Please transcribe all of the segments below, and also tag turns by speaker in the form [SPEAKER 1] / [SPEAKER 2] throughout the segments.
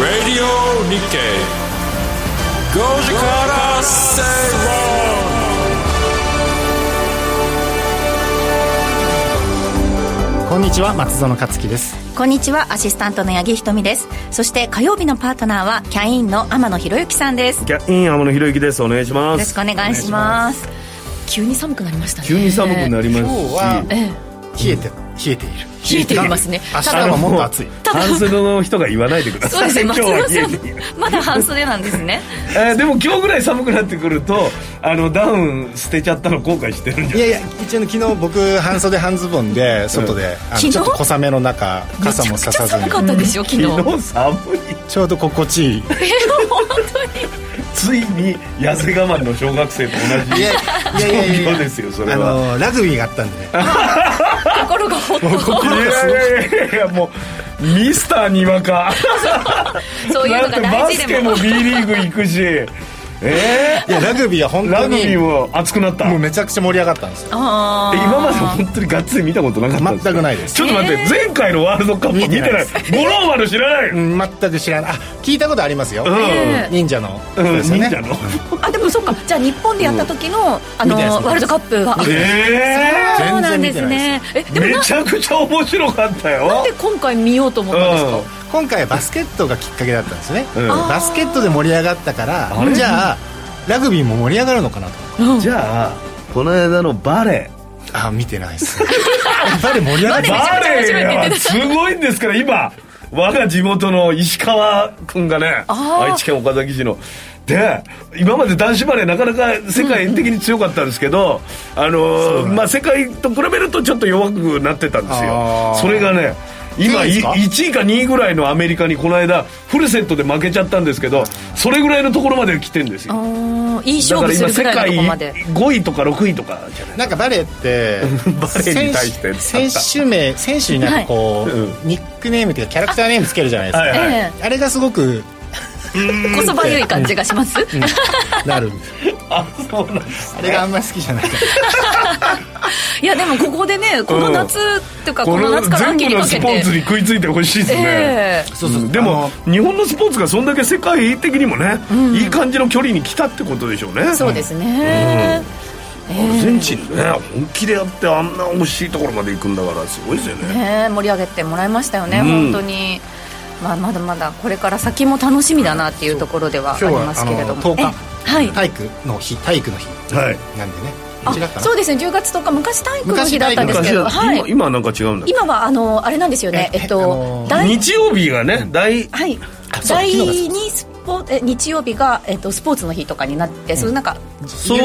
[SPEAKER 1] Radio Nikkei. Goji Kara Seiwa.
[SPEAKER 2] こんにちは松園克樹です
[SPEAKER 3] こんにちは、アシスタントの八木ひとみです。そして火曜日のパートナーは、キャインの天野博之さんです。よ
[SPEAKER 4] キャイン天野ひろゆきですお願いしま
[SPEAKER 3] ろし
[SPEAKER 4] す
[SPEAKER 3] くお願いします。急に寒くなりましたね。
[SPEAKER 4] 急に寒くなります
[SPEAKER 2] 今日
[SPEAKER 4] し
[SPEAKER 2] は
[SPEAKER 3] ええ、
[SPEAKER 2] 冷えて冷えている
[SPEAKER 3] 冷えていますね。
[SPEAKER 2] 明日
[SPEAKER 3] ただ
[SPEAKER 2] はもっと暑い
[SPEAKER 4] 半袖の人が言わないでくだ
[SPEAKER 3] そう
[SPEAKER 4] さ
[SPEAKER 3] ですね、
[SPEAKER 4] い今
[SPEAKER 3] 松
[SPEAKER 4] 日
[SPEAKER 3] 田
[SPEAKER 4] は冷
[SPEAKER 3] さ
[SPEAKER 4] えている
[SPEAKER 3] ん、まだ半袖なんですね。
[SPEAKER 4] えーでも今日ぐらい寒くなってくるとあのダウン捨てちゃったの後悔してるんじゃ
[SPEAKER 2] いや
[SPEAKER 4] ない
[SPEAKER 2] いや一応ね昨日僕半袖半ズボンで外で、あの
[SPEAKER 3] 昨日
[SPEAKER 2] ちょっと小雨の中傘も
[SPEAKER 3] めちゃく
[SPEAKER 2] さ
[SPEAKER 3] ち
[SPEAKER 2] さ
[SPEAKER 3] ゃ
[SPEAKER 2] ずに
[SPEAKER 3] 寒かったでしょ、昨日。
[SPEAKER 4] 昨日寒い
[SPEAKER 2] ちょうど心地いい
[SPEAKER 4] ついに痩せ我慢の小学生と同
[SPEAKER 2] い
[SPEAKER 4] じ
[SPEAKER 2] やいやいやいや
[SPEAKER 4] 状況ですよそれは
[SPEAKER 2] あのラグビーがあったんでね
[SPEAKER 3] 心がほっと。
[SPEAKER 4] いやいやいやいやもうミスターにわか
[SPEAKER 3] そういう
[SPEAKER 4] だ
[SPEAKER 3] の
[SPEAKER 4] って
[SPEAKER 3] が
[SPEAKER 4] バ
[SPEAKER 3] 大
[SPEAKER 4] ス
[SPEAKER 3] 事
[SPEAKER 4] ケ
[SPEAKER 3] で
[SPEAKER 4] も
[SPEAKER 3] も。
[SPEAKER 4] B リーグ行くしえ
[SPEAKER 2] いやラグビーは本
[SPEAKER 4] ー、ラ
[SPEAKER 2] 当
[SPEAKER 4] グビ
[SPEAKER 2] に
[SPEAKER 4] ー
[SPEAKER 2] も
[SPEAKER 4] も熱くなった
[SPEAKER 2] うめちゃくちゃ盛り上がったんですよ
[SPEAKER 3] あー
[SPEAKER 4] 今まで本当にがっつり見たことなかったんですか
[SPEAKER 2] 全くないです
[SPEAKER 4] ちょっと待って、前回のワールドカップ見てない
[SPEAKER 2] 見て
[SPEAKER 4] 五郎丸知らない、 う
[SPEAKER 2] うんん全く知らないあ聞いたことありますよ、
[SPEAKER 3] え
[SPEAKER 2] 忍者の人ですよ
[SPEAKER 4] 忍
[SPEAKER 2] ね
[SPEAKER 4] 者 の
[SPEAKER 3] あ、でもそっか、じゃあ日本でやった時の、あの、
[SPEAKER 2] 見てないです
[SPEAKER 3] ワールドカップが。
[SPEAKER 4] え
[SPEAKER 2] 全然
[SPEAKER 3] そうなんですね。え、
[SPEAKER 4] え
[SPEAKER 3] でも
[SPEAKER 4] め
[SPEAKER 3] な
[SPEAKER 4] ちゃくちゃ面白かった
[SPEAKER 3] なん
[SPEAKER 4] よ
[SPEAKER 3] で今回見ようと思ったんですか
[SPEAKER 2] 今回はバスケットがきっかけだったんですね、
[SPEAKER 4] うん
[SPEAKER 3] あー
[SPEAKER 2] バスケットで盛り上がったから
[SPEAKER 4] れ
[SPEAKER 2] じゃあラグビーも盛り上がるのかなと
[SPEAKER 4] うんじゃあこの間のバレ
[SPEAKER 2] あ見てないっすバレー盛り上がっ
[SPEAKER 4] ー
[SPEAKER 2] てま
[SPEAKER 3] バ
[SPEAKER 2] す
[SPEAKER 4] バ
[SPEAKER 3] レーめちゃめちゃ面白いって言って
[SPEAKER 4] レーは
[SPEAKER 3] た
[SPEAKER 4] すごいんですから今我が地元の石川君がね
[SPEAKER 3] あー
[SPEAKER 4] 愛知県岡崎市ので今まで男子バレーなかなか世界的に強かったんですけど、あのーまあ、世界と比べるとちょっと弱くなってたんです
[SPEAKER 2] あ
[SPEAKER 4] よ
[SPEAKER 2] ー
[SPEAKER 4] それがね今
[SPEAKER 2] いいんで
[SPEAKER 4] い
[SPEAKER 2] すか
[SPEAKER 4] 1位か2位ぐらいのアメリカにこの間フルセットで負けちゃったんですけどそれぐらいのところまで来てんですよ
[SPEAKER 3] あーいい
[SPEAKER 4] だ
[SPEAKER 3] 勝
[SPEAKER 4] から
[SPEAKER 3] 負するぐ
[SPEAKER 4] 今世
[SPEAKER 3] らい
[SPEAKER 4] 界
[SPEAKER 3] のとこまで。
[SPEAKER 4] 5位とか6位とかじゃない
[SPEAKER 2] なんかバレーって
[SPEAKER 4] バレーに対して
[SPEAKER 2] 選手選手名選手になんかこう、
[SPEAKER 4] はいうん
[SPEAKER 2] ニックネームっていうかキャラクターネームつけるじゃないですか、
[SPEAKER 4] はい
[SPEAKER 3] え
[SPEAKER 2] あれがすごく
[SPEAKER 3] え、こそばゆい感じがします。
[SPEAKER 2] なるんです
[SPEAKER 4] あそうなんです
[SPEAKER 2] あれがあんまり好きじゃない
[SPEAKER 3] いやでもここでねこの夏っていうかこ
[SPEAKER 4] こ
[SPEAKER 3] の
[SPEAKER 4] の
[SPEAKER 3] 夏から
[SPEAKER 4] 全
[SPEAKER 3] 秋
[SPEAKER 4] 部
[SPEAKER 3] に
[SPEAKER 4] の
[SPEAKER 3] か
[SPEAKER 4] ス
[SPEAKER 3] け
[SPEAKER 4] ポー
[SPEAKER 3] て
[SPEAKER 4] ツに食いついてほしいですね、
[SPEAKER 3] ええ
[SPEAKER 2] そうそう
[SPEAKER 4] うんでも日本のスポーツがそんだけ世界的にもね、いい感じの距離に来たってことでしょうね
[SPEAKER 3] そうですね
[SPEAKER 4] アルゼンチンね本気でやってあんな惜しいところまで行くんだからすごいですよね
[SPEAKER 3] ねえ盛り上げてもらいましたよね
[SPEAKER 4] うん
[SPEAKER 3] 本当にまあまだまだこれから先も楽しみだなっていうところではあり
[SPEAKER 2] 今日
[SPEAKER 3] ますけれ
[SPEAKER 2] は
[SPEAKER 3] ど
[SPEAKER 2] あの
[SPEAKER 3] も
[SPEAKER 2] 10日
[SPEAKER 3] えはい
[SPEAKER 2] 体育の日体育の日
[SPEAKER 4] はい
[SPEAKER 2] なんでね
[SPEAKER 3] あ
[SPEAKER 2] 違ったかな
[SPEAKER 3] そうですね10月10日昔体育の日だったんですけ
[SPEAKER 4] 昔
[SPEAKER 3] ど
[SPEAKER 4] は、
[SPEAKER 3] は
[SPEAKER 4] 今
[SPEAKER 3] い
[SPEAKER 4] 今はなんか違うんだ
[SPEAKER 3] 今はあのあれなんですよね
[SPEAKER 2] え
[SPEAKER 3] えっ
[SPEAKER 2] あ
[SPEAKER 3] と
[SPEAKER 2] の
[SPEAKER 3] 第
[SPEAKER 4] 日曜日がね大
[SPEAKER 3] はい
[SPEAKER 2] そう
[SPEAKER 3] 第
[SPEAKER 2] 昨日だ
[SPEAKER 3] 2スポえ日曜日が、えっと、スポーツの日とかになって、そのなんか
[SPEAKER 4] そうい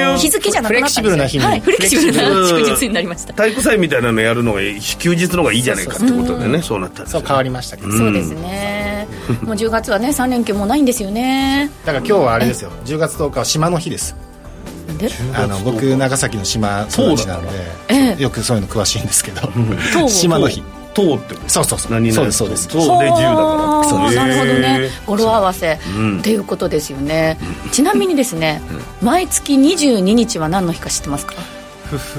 [SPEAKER 4] う
[SPEAKER 2] あの
[SPEAKER 3] 日付じゃなくなったんですよ
[SPEAKER 2] フレキシブルな日に
[SPEAKER 3] はい、フレキシブル
[SPEAKER 4] フレ
[SPEAKER 3] な
[SPEAKER 4] キシブル
[SPEAKER 3] 祝日になりました、
[SPEAKER 4] 体育祭みたいなのやるのがいい休日の方がいいじゃないかってことでねそうなったんです
[SPEAKER 2] そ
[SPEAKER 4] よ
[SPEAKER 2] う変わりましたけど、
[SPEAKER 3] そうですねもう10月はね3連休もないんですよね
[SPEAKER 2] だから今日はあれですよ10月10日は島の日です
[SPEAKER 3] で
[SPEAKER 2] あの僕長崎の島育ちなんで、
[SPEAKER 3] ええ
[SPEAKER 2] よくそういうの詳しいんですけど
[SPEAKER 3] 唐
[SPEAKER 2] 島の日
[SPEAKER 4] 党ってこと
[SPEAKER 2] そうそうそう
[SPEAKER 4] 何々
[SPEAKER 2] そうですそうです
[SPEAKER 4] 党で自由だから
[SPEAKER 3] そう
[SPEAKER 4] へー
[SPEAKER 3] なるほどね語呂合わせ
[SPEAKER 4] うん
[SPEAKER 3] っていうことですよね、ちなみにですね、毎月22日は何の日か知ってますか夫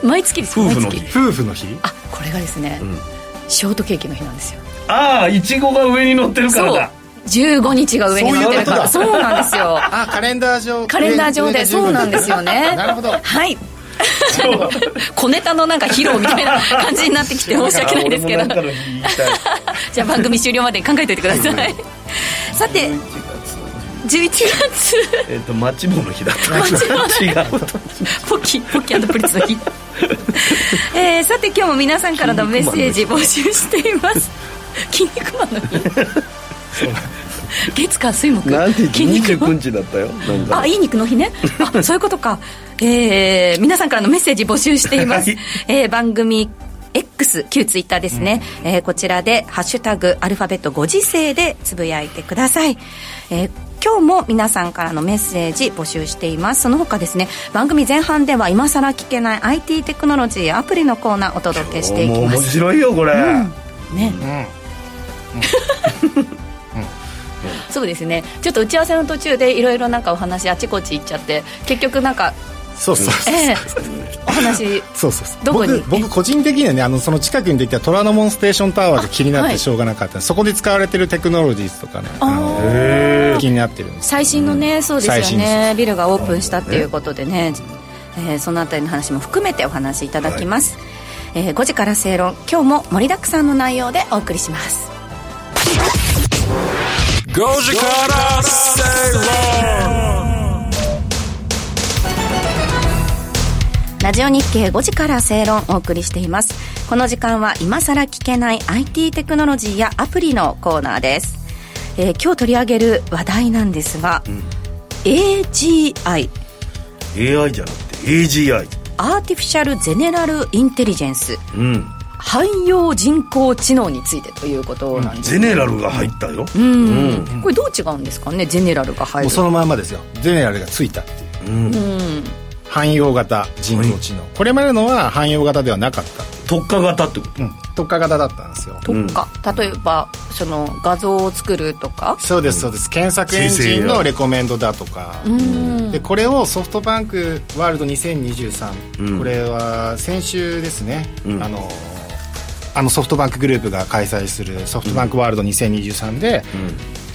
[SPEAKER 3] 婦毎月ですよ
[SPEAKER 4] 夫婦の日
[SPEAKER 3] 毎月
[SPEAKER 2] 夫婦の日
[SPEAKER 3] あこれがですね、ショートケーキの日なんですよ
[SPEAKER 4] ああいちごが上に乗ってるから
[SPEAKER 3] そう
[SPEAKER 4] だ
[SPEAKER 3] 15日が上に乗ってるから
[SPEAKER 2] そ
[SPEAKER 3] そううなんですよ
[SPEAKER 2] あカレンダー上
[SPEAKER 3] カレンダー上
[SPEAKER 2] 上
[SPEAKER 3] で
[SPEAKER 2] が
[SPEAKER 3] そうなんですよね
[SPEAKER 2] なるほど
[SPEAKER 3] はい小ネタのなんか披露みたいな感じになってきて申し訳ないですけど
[SPEAKER 4] あ俺もなんかの日言いたい
[SPEAKER 3] じゃあ番組終了まで考えておいてくださいさて11月
[SPEAKER 4] えっ、と、マッチ棒の日だった。違うと。
[SPEAKER 3] ポッキーポッキープリッツの日えーさて今日も皆さんからのメッセージ募集しています筋肉マンの日月火水木筋肉マン
[SPEAKER 4] 日だったよ。なん
[SPEAKER 3] あ、いい肉の日 ね。あ、そういうことか。えー、皆さんからのメッセージ募集しています。
[SPEAKER 4] はい
[SPEAKER 3] えー、番組 X、旧ツイッターですね。えー、こちらで、ハッシュタグ、アルファベットご時世でつぶやいてください。えー今日も皆さんからのメッセージ募集しています。その他ですね、番組前半では今更聞けない IT テクノロジーやアプリのコーナーお届けしていき
[SPEAKER 4] もう
[SPEAKER 3] ま
[SPEAKER 4] 面
[SPEAKER 3] す。
[SPEAKER 4] 白いよ、これ。
[SPEAKER 3] ね。 そうですね。ちょっと打ち合わせの途中でいろいろなんかお話あちこち行っちゃって、結局なんか
[SPEAKER 2] そうそうそう
[SPEAKER 3] ええ話
[SPEAKER 2] そうそうそう
[SPEAKER 3] どこに
[SPEAKER 2] 僕僕個人的にはねあのその近くにできた虎ノ門ステーションタワーが気になっ
[SPEAKER 3] あは
[SPEAKER 2] て
[SPEAKER 3] い
[SPEAKER 2] しょうがなかった、そこで使われてるテクノロジーズとかね
[SPEAKER 3] あー
[SPEAKER 2] あの気になってるんです
[SPEAKER 3] 最新のね、そうです
[SPEAKER 2] 最
[SPEAKER 3] よ
[SPEAKER 2] 新です
[SPEAKER 3] ねビルがオープンしたっていうことでね、えーそのあたりの話も含めてお話しいただきます、えー5時から正論今日も盛りだくさんの内容でお送りします
[SPEAKER 1] 5時から正論
[SPEAKER 3] ラジオ日経5時から正論をお送りしていますこの時間は今さら聞けない IT テクノロジーやアプリのコーナーです、えー今日取り上げる話題なんですが、AGI
[SPEAKER 4] AI じゃなくて AGI
[SPEAKER 3] アーティフィシャル・ゼネラル・インテリジェンス
[SPEAKER 4] うん
[SPEAKER 3] 汎用人工知能についてということなんです、
[SPEAKER 4] ゼネラルが入ったよ、
[SPEAKER 3] うんこれどう違うんですかねゼネラルが入
[SPEAKER 2] も
[SPEAKER 3] る
[SPEAKER 2] うそのまんまですよゼネラルがついたっていう、汎用型人工知能、これまでのは汎用型ではなかった、
[SPEAKER 4] 特化型ってこと
[SPEAKER 2] 特化型だったんですよ
[SPEAKER 3] 特化、例えばその画像を作るとか
[SPEAKER 2] そうですそうです検索エンジンのレコメンドだとか、でこれをソフトバンクワールド2023、これは先週ですね、あのあのソフトバンクグループが開催するソフトバンクワールド2023で、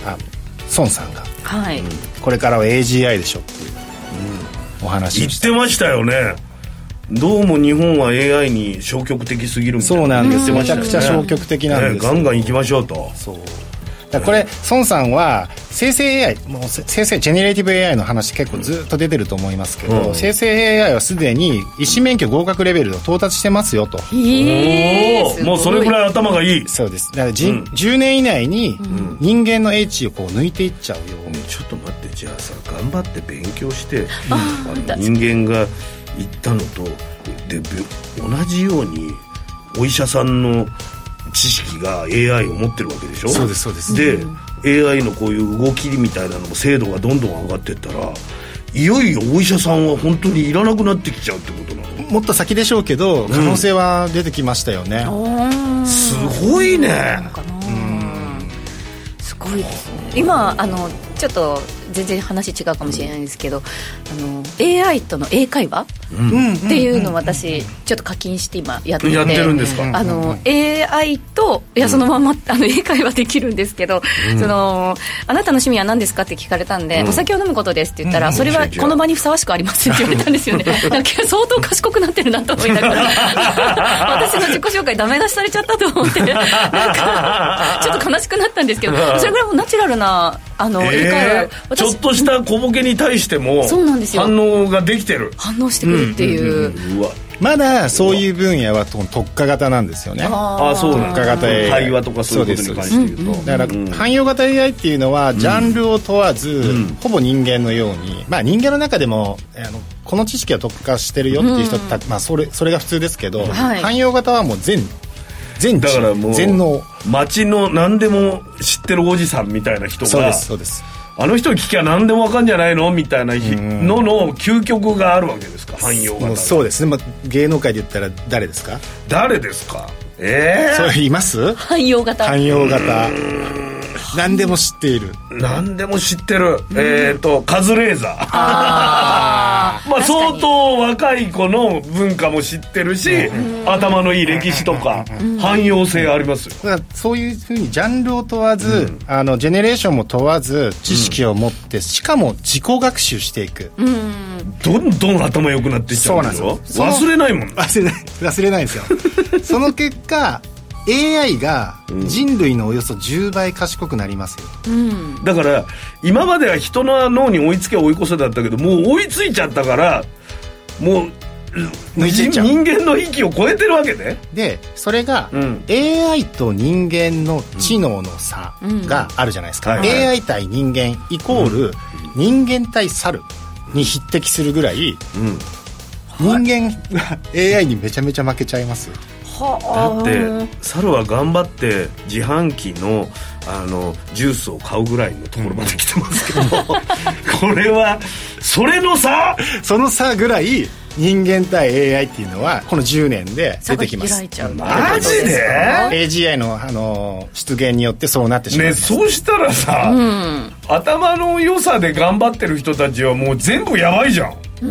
[SPEAKER 2] あの孫さんが
[SPEAKER 3] はい、
[SPEAKER 2] これからは AGI でしょっていう、お話
[SPEAKER 4] 言
[SPEAKER 2] を
[SPEAKER 4] っ
[SPEAKER 2] して
[SPEAKER 4] てましたよねどうも日本は AI に消極的すぎるみたいな
[SPEAKER 2] そうなんですよ
[SPEAKER 4] 言
[SPEAKER 2] め
[SPEAKER 4] っ
[SPEAKER 2] ち
[SPEAKER 4] て
[SPEAKER 2] ゃ
[SPEAKER 4] ま
[SPEAKER 2] く
[SPEAKER 4] し
[SPEAKER 2] ち
[SPEAKER 4] た
[SPEAKER 2] ゃ
[SPEAKER 4] よね
[SPEAKER 2] 消極的なん
[SPEAKER 4] ね
[SPEAKER 2] です
[SPEAKER 4] ガ
[SPEAKER 2] よ
[SPEAKER 4] ンガン行きましょうと
[SPEAKER 2] そうだからこれ孫さんは生成 AI もうせ生成ジェネレーティブ AI の話結構ずっと出てると思いますけど、
[SPEAKER 4] うん
[SPEAKER 2] 生成 AI はすでに医師免許合格レベルを到達してますよと
[SPEAKER 3] え
[SPEAKER 4] おおもうそれぐ
[SPEAKER 3] い
[SPEAKER 4] らい頭がいい
[SPEAKER 2] そうですだからじん、
[SPEAKER 4] うん
[SPEAKER 2] 10年以内に人間の英知をこう抜いていっちゃうように、
[SPEAKER 4] ちょっと待ってじゃあさ頑張って勉強してあ
[SPEAKER 3] 確か
[SPEAKER 4] の
[SPEAKER 3] に
[SPEAKER 4] 人間が言ったのとでび同じようにお医者さんの知識が AI を持ってるわけでしょ
[SPEAKER 2] そうですそうです
[SPEAKER 4] で、AI のこういう動きみたいなのも精度がどんどん上がってったらいよいよお医者さんは本当にいらなくなってきちゃうってことなの
[SPEAKER 2] もっと先でしょうけど可能性は出てきましたよね、
[SPEAKER 4] すごいね
[SPEAKER 3] かなすごいですね今あのちょっと全然話違うかもしれないんですけど、あの AI との英会話、っていうのを私ちょっと課金して今やってて
[SPEAKER 4] やってるんですか
[SPEAKER 3] あの AI といやそのまま、あの英会話できるんですけど、そのあなたの趣味は何ですかって聞かれたんで、お酒を飲むことですって言ったら、それはこの場にふさわしくありま せんって言われたんですよねなんか相当賢くなってるなと思いなが ら私の自己紹介ダメ出しされちゃったと思ってなんかちょっと悲しくなったんですけどそれぐらいもうナチュラルなあの英会話、
[SPEAKER 4] えーちょっとした小ボケに対しても
[SPEAKER 3] そうなんですよ
[SPEAKER 4] 反応ができてる
[SPEAKER 3] 反応してくるっていう。
[SPEAKER 4] うわ
[SPEAKER 2] まだそういう分野はと特化型なんですよね
[SPEAKER 4] あそうなん
[SPEAKER 2] 特化型 AI
[SPEAKER 4] 会話とかそういうことに関して言うと
[SPEAKER 2] だから汎用型 AI っていうのはジャンルを問わず、ほぼ人間のように、まあ、人間の中でもあのこの知識は特化してるよっていう人た、まあ、それそれが普通ですけど、
[SPEAKER 3] はい
[SPEAKER 2] 汎用型はもう全全知
[SPEAKER 4] だからもう
[SPEAKER 2] 全能
[SPEAKER 4] 街の何でも知ってるおじさんみたいな人
[SPEAKER 2] そうで
[SPEAKER 4] が
[SPEAKER 2] すそうです
[SPEAKER 4] あの人に聞きゃ何でも分かんじゃないのみたいなひのの究極があるわけですか汎用
[SPEAKER 2] も
[SPEAKER 4] 型
[SPEAKER 2] うそうですね、まあ、芸能界で言ったら誰ですか
[SPEAKER 4] 誰ですかえ
[SPEAKER 2] それいます
[SPEAKER 3] 汎用型
[SPEAKER 2] 汎用型何でも知っている
[SPEAKER 4] え何でも知ってるえっとカズレーザー
[SPEAKER 3] あー
[SPEAKER 4] まあ
[SPEAKER 3] 確か
[SPEAKER 4] 相
[SPEAKER 3] に
[SPEAKER 4] 当若い子の文化も知ってるし頭のいい歴史とか汎用性ありますよ
[SPEAKER 2] だからそういうふうにジャンルを問わず、あのジェネレーションも問わず知識を持って、しかも自己学習していく、
[SPEAKER 4] どんどん頭良くなっていっちゃうんですよ
[SPEAKER 2] そうなんですよそ
[SPEAKER 4] 忘
[SPEAKER 2] の
[SPEAKER 4] れないもんね
[SPEAKER 2] 忘れない忘れないんですよその結果 AI が人類のおよそ10倍賢くなりますよ、
[SPEAKER 4] だから今までは人の脳に追いつけ追い越せだったけどもう追いついちゃったからもう
[SPEAKER 2] 抜いてっちゃう
[SPEAKER 4] 人間の域を超えてるわけね
[SPEAKER 2] でそれが、
[SPEAKER 4] うん
[SPEAKER 2] AI と人間の知能の差があるじゃないですか、
[SPEAKER 4] うんはい
[SPEAKER 2] AI 対人間イコール人間対猿に匹敵するぐらい、人間は AI にめちゃめちゃ負けちゃいます
[SPEAKER 4] だって猿は頑張って自販機のあのジュースを買うぐらいのところまで来てますけど これはそれの差
[SPEAKER 2] その差ぐらい人間対 AI っていうのはこの10年で出てきま
[SPEAKER 3] 差が
[SPEAKER 2] す
[SPEAKER 3] 開いちゃう
[SPEAKER 4] マジで
[SPEAKER 2] AGI の、あのー出現によってそうなってしまい
[SPEAKER 4] ね
[SPEAKER 2] ます、
[SPEAKER 4] そうしたらさ、頭の良さで頑張ってる人たちはもう全部やばいじゃん、
[SPEAKER 2] う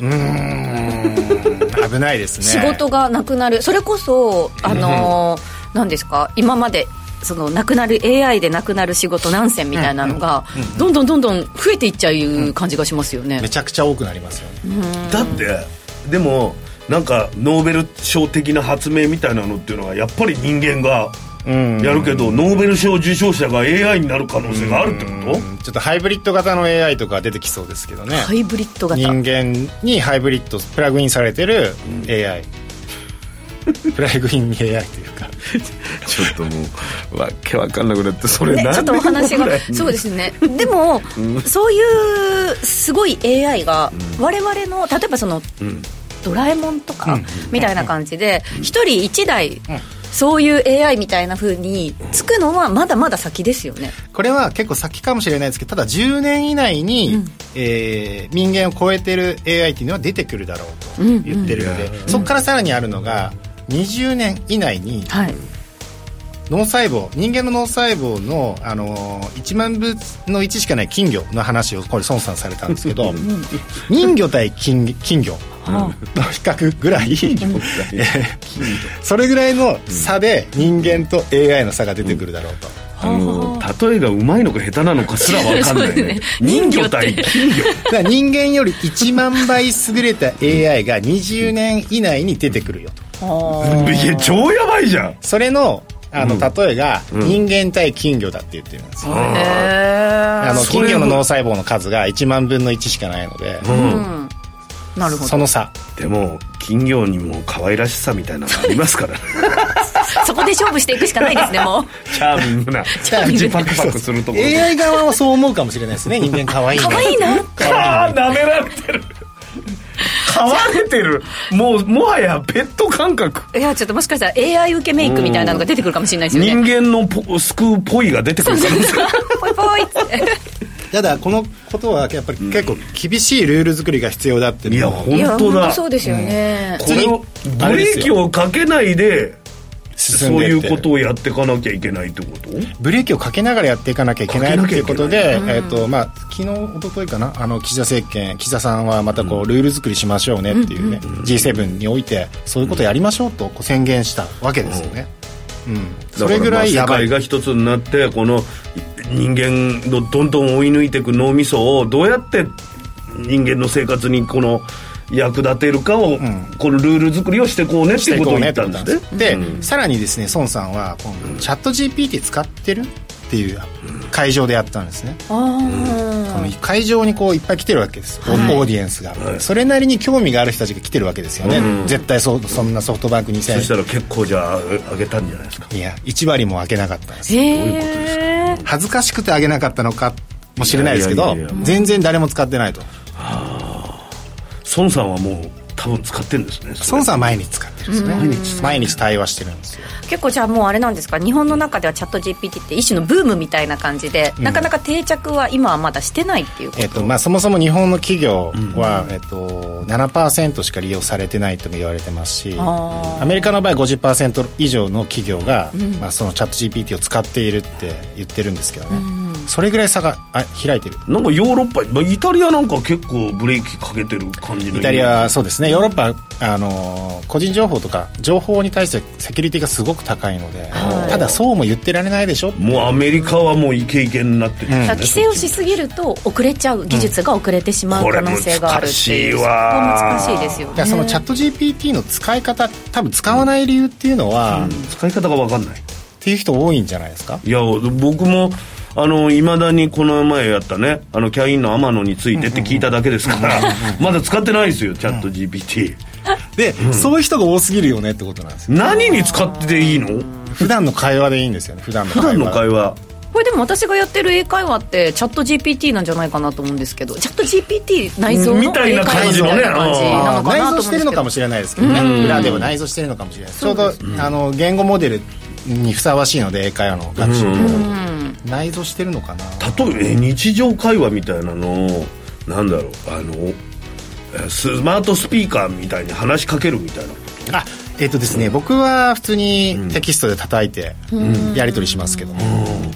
[SPEAKER 2] ーん危ないですね
[SPEAKER 3] 仕事がなくなるそれこそあのー、なんですか今までそのなくなる AI でなくなる仕事何千みたいなのがどんどんどんどん増えていっちゃう感じがしますよね、
[SPEAKER 2] めちゃくちゃ多くなりますよね
[SPEAKER 4] だってでもなんかノーベル賞的な発明みたいなのっていうのはやっぱり人間がやるけど、ノーベル賞受賞者が AI になる可能性があるってこと
[SPEAKER 2] ちょっとハイブリッド型の AI とか出てきそうですけどね
[SPEAKER 3] ハイブリッド型
[SPEAKER 2] 人間にハイブリッドプラグインされてる AI、プラグイン AI というか
[SPEAKER 4] ちょっともうわけわかんなくなってそれ何、ね、
[SPEAKER 3] ちょっとお話がそうです ねでも、うん、そういうすごい AI が我々の例えばその、うん、ドラえもんとかみたいな感じで一、うん、人一台、そういう AI みたいなふうにつくのはまだまだ先ですよね
[SPEAKER 2] これは結構先かもしれないですけどただ10年以内に、うん、えー、人間を超えてる AI っていうのは出てくるだろうと言ってるので、うんうん、そこからさらにあるのが、20年以内に、脳細胞人間の脳細胞の、あのー、1万分の1しかない金魚の話をこれ孫さんされたんですけ ど人魚対金金魚の比較ぐらいそれぐらいの差で人間と AI の差が出てくるだろうと。
[SPEAKER 4] あの例えがうまいのか下手なのかすら分かんない、ねね、 人魚対金魚
[SPEAKER 2] 人間より1万倍優れた AI が20年以内に出てくるよと
[SPEAKER 4] いや超やばいじゃん
[SPEAKER 2] それのあの、うん、例えが人間対金魚だって言ってるんですよ、うん、あの金魚の脳細胞の数が1万分の1しかないので、うん、
[SPEAKER 3] なるほど
[SPEAKER 2] その 差
[SPEAKER 4] でも金魚にも可愛らしさみたいなのありますからね
[SPEAKER 3] そこで勝負していくしかないですね もう
[SPEAKER 4] チャーミングな口パクパクすると ころ
[SPEAKER 2] AI 側はそう思うかもしれないです ね人間可愛いな
[SPEAKER 3] 可愛いな
[SPEAKER 4] ああ舐められて る飼われてるもうもはやペット感覚
[SPEAKER 3] いやちょっともしかしたら AI 受けメイクみたいなのが出てくるかもしれないですよね
[SPEAKER 4] 人間のポ救うポイが出てくる可能性
[SPEAKER 3] ポイポイって
[SPEAKER 2] ただこのことはやっぱり結構厳しいルール作りが必要だって
[SPEAKER 4] いや本当だ
[SPEAKER 3] そうですよね、
[SPEAKER 4] うん、これをブレーキをかけないでそういうことをやっていかなきゃいけないってこと
[SPEAKER 2] ブレーキをかけながらやっていかなきゃいけないということで、うん、えーとまあ、昨日おとといかなあの岸田政権岸田さんはまたこう、うん、ルール作りしましょうねっていうね、うん、G7 においてそういうことやりましょうとこう宣言したわけですよね、
[SPEAKER 4] うん、それぐらい世界が一つになってこの人間のどんどん追い抜いていく脳みそをどうやって人間の生活にこの役立てるかを、うん、このルール作りをしてこうねっていうことを言ったんですね
[SPEAKER 2] で、うん、さらにですね孫さんはこのチャット GPT 使ってるっていう会場でやったんですね、うん、会場にこういっぱい来てるわけです、はい、オーディエンスが、はい、それなりに興味がある人たちが来てるわけですよね、うん、絶対そそんなソフトバンク2000
[SPEAKER 4] そしたら結構じゃあ上げたんじゃないですか
[SPEAKER 2] いや1割も上げなかったんですどういうことですか恥ずかしくて上げなかったのかもしれないですけど全然誰も使ってないと、はあ
[SPEAKER 4] 孫さんはもう多分使ってるんですね
[SPEAKER 2] 孫さんは毎日使ってるんですね毎日毎日対話してるんですよ
[SPEAKER 3] 結構じゃあもうあれなんですか日本の中ではチャット GPT って一種のブームみたいな感じで、うん、なかなか定着は今はまだしてないっていうこと、
[SPEAKER 2] えっとまあ、そもそも日本の企業は、うん、えっと、7%しか利用されてないとも言われてますしアメリカの場合50%以上の企業が、うん、まあ、そのチャット GPT を使っているって言ってるんですけどね、それぐらい差があ開いてる
[SPEAKER 4] なんかヨーロッパ、まあ、イタリアなんか結構ブレーキかけてる感じの
[SPEAKER 2] イタリアそうですねヨーロッパ、あのー、個人情報とか情報に対してセキュリティがすごく高いのでただそうも言ってられないでしょ
[SPEAKER 4] もうアメリカはもうイケイケになってる、ね、うん、
[SPEAKER 3] 規制をしすぎると遅れちゃう技術が遅れてしまう可能性があるっていう、うん、これ難しい難しいですよね
[SPEAKER 2] そのチャット GPT の使い方多分使わない理由っていうのは、うん、
[SPEAKER 4] 使い方が分かんないって
[SPEAKER 2] いう人多いんじゃないですか
[SPEAKER 4] いや僕もあの、いまだにこの前やったね、あの、キャインの天野についてって聞いただけですから、まだ使ってないですよ、チャット GPT。
[SPEAKER 2] で、うん、そういう人が多すぎるよねってことなんですよ。
[SPEAKER 4] 何に使っていいの
[SPEAKER 2] 普段の会話でいいんですよね、普段の
[SPEAKER 4] 会話。普段の会話。
[SPEAKER 3] これでも私がやってる英会話ってチャット GPT なんじゃないかなと思うんですけどチャット GPT 内蔵の
[SPEAKER 4] みたいな感じのね
[SPEAKER 2] 内蔵してるのかもしれないですけどね裏では内蔵してるのかもしれないちょうど、うん、あの言語モデルにふさわしいので英会話の学習内蔵してるのかな
[SPEAKER 4] 例えば日常会話みたいなのなんだろうあのスマートスピーカーみたいに話しかけるみたいな
[SPEAKER 2] あえっ、ー、とですね、うん、僕は普通にテキストで叩いてやり取りしますけども、うんうん、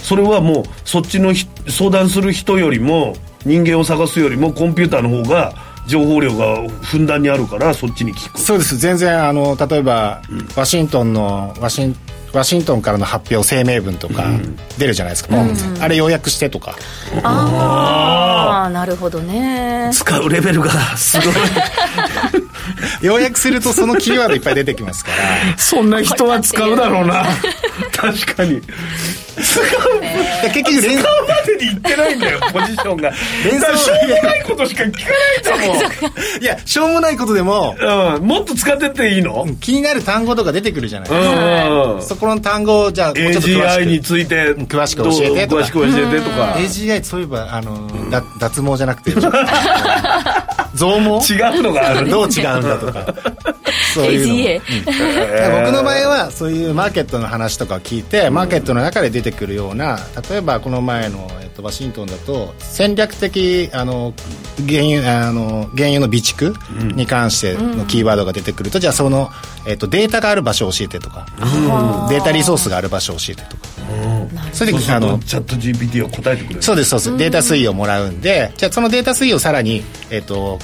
[SPEAKER 4] それはもうそっちの相談する人よりも人間を探すよりもコンピューターの方が情報量がふんだんにあるからそっちに聞く
[SPEAKER 2] そうです全然あの例えば、うん、ワシントンのワシンワシントンからの発表声明文とか出るじゃないですか、うん、あれ要約してとか、
[SPEAKER 3] うん、ああなるほどね
[SPEAKER 4] 使うレベルがすごい
[SPEAKER 2] 要約するとそのキーワードいっぱい出てきますから
[SPEAKER 4] そんな人は使うだろうな確かに使う、
[SPEAKER 2] えー、結局
[SPEAKER 4] 連使うまでにいってないんだよポジションが連想しょうもないことしか聞かないと思
[SPEAKER 2] ういやしょうもないことでも、
[SPEAKER 4] うん、もっと使ってっていいの
[SPEAKER 2] 気になる単語とか出てくるじゃないですか、うん、そこの単語をじゃあもうちょっと詳しく
[SPEAKER 4] AGI について
[SPEAKER 2] 詳しく教えてとか
[SPEAKER 4] 詳しく教えてとか
[SPEAKER 2] AGI そういえばあの、脱毛じゃなく て増毛
[SPEAKER 4] 違うのがある
[SPEAKER 2] どう違うんだと かそういうの、うん、 僕の場合はそういうマーケットの話とかを聞いて、うん、マーケットの中で出てくるような例えばこの前の、えっと、ワシントンだと戦略的あの原油あの原油の備蓄に関してのキーワードが出てくると、うん、じゃあその、えっと、データがある場所を教えてとか、データリソースがある場所を教えてとか。
[SPEAKER 4] それであのチャット GPT を答えてくれる
[SPEAKER 2] そうですそうですデータ推移をもらうんでじゃあそのデータ推移をさらにえっ、ー、と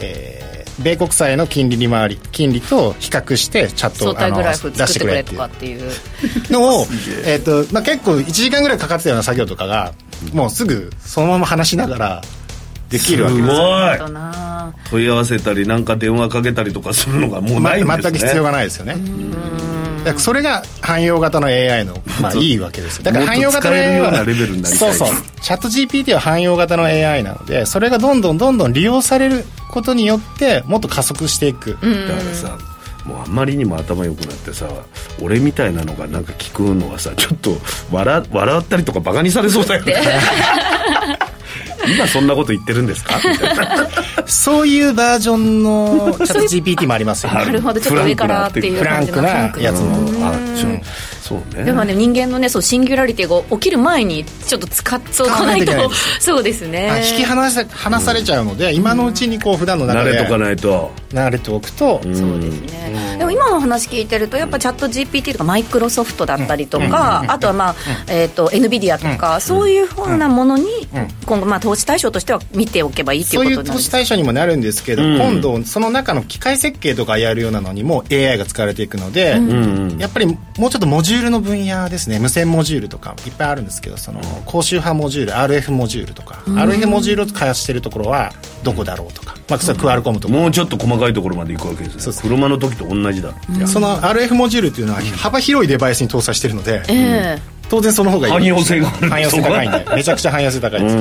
[SPEAKER 2] えー、米国債の金利利回り金利と比較してチャットを
[SPEAKER 3] 出してくれとかっていうの
[SPEAKER 2] をえーとまあ、結構1時間ぐらいかかってたような作業とかがもうすぐそのまま話しながらできるわけです
[SPEAKER 4] ごい問い合わせたりなんか電話かけたりとかするのがもうない、ねま、
[SPEAKER 2] 全く必要がないですよねそれが汎用型の AI の、まあ、いいわけですよだから汎用型の AI はそうそうチャット GPT は汎用型の AI なのでそれがどんどんどんどん利用されることによってもっと加速していく、
[SPEAKER 4] うん、だからさもうあんまりにも頭良くなってさ俺みたいなのがなんか聞くのはさちょっと笑笑ったりとかバカにされそうだよね 今そんなこと言ってるんですか
[SPEAKER 2] そういうバージョン のチャット GPT もありますよ
[SPEAKER 3] な
[SPEAKER 2] ね
[SPEAKER 3] るほどちょっと上からっていう
[SPEAKER 2] フランクなやつもあ
[SPEAKER 4] るそうね
[SPEAKER 3] でもね人間のねそうシンギュラリティが起きる前にちょっと使っとかないとそうですね
[SPEAKER 2] 引き離さ離されちゃうので、うん、今のうちにこう普段の中
[SPEAKER 4] で慣れとかないと
[SPEAKER 2] 慣れておくと、
[SPEAKER 3] うん、そうですね、うん、でも今の話聞いてるとやっぱチャット GPT とかマイクロソフトだったりとか、あとはまあ、えーと、と NVIDIA とか、そういうふうなものに、今後まあ投資対象としては見ておけばいいっていうこと
[SPEAKER 2] そういう投資対象にもなるんですけど、今度その中の機械設計とかやるようなのにも AI が使われていくので、やっぱりもうちょっとモジュールールの分野ですね無線モジュールとかいっぱいあるんですけどその高周波モジュール RF モジュールとか、うん、RF モジュールを開発してるところはどこだろうとか、まあ、それはクアルコムとか、
[SPEAKER 4] もうちょっと細かいところまでいくわけですねです車の時と同じだ、
[SPEAKER 2] うん、その RF モジュールっていうのは幅広いデバイスに搭載してるので、うん、当然その方がいい
[SPEAKER 4] 汎用性が、
[SPEAKER 2] 汎用性高いんでめちゃくちゃ汎用性高いです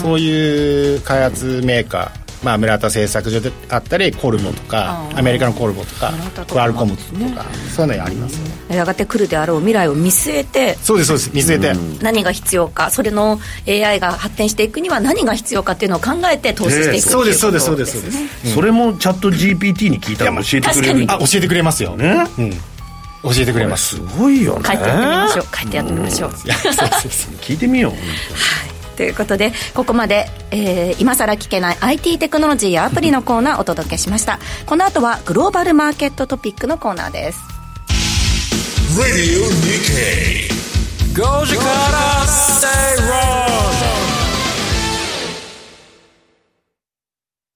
[SPEAKER 2] そういう開発メーカーまあ、村田製作所であったりコルボとか、アメリカのコルボとかクアルコムとかそういうのありますね
[SPEAKER 3] やがて来るであろう未来を見据えて
[SPEAKER 2] そうですそうです見据
[SPEAKER 3] て
[SPEAKER 2] え
[SPEAKER 3] 何が必要かそれの AI が発展していくには何が必要かっていうのを考えて投資していく
[SPEAKER 2] そうですそうですそうですそうです
[SPEAKER 4] それもチャット GPT に聞いたら教えてくれる
[SPEAKER 2] あ教えてくれますよ、ねうん教えてくれ ます
[SPEAKER 4] すごいよね
[SPEAKER 3] 書いてやってみましょう書いてやってみましょう
[SPEAKER 4] 聞いてみようはい
[SPEAKER 3] ということでここまで、えー、今更聞けない IT テクノロジーやアプリのコーナーをお届けしましたこの後はグローバルマーケットトピックのコーナーです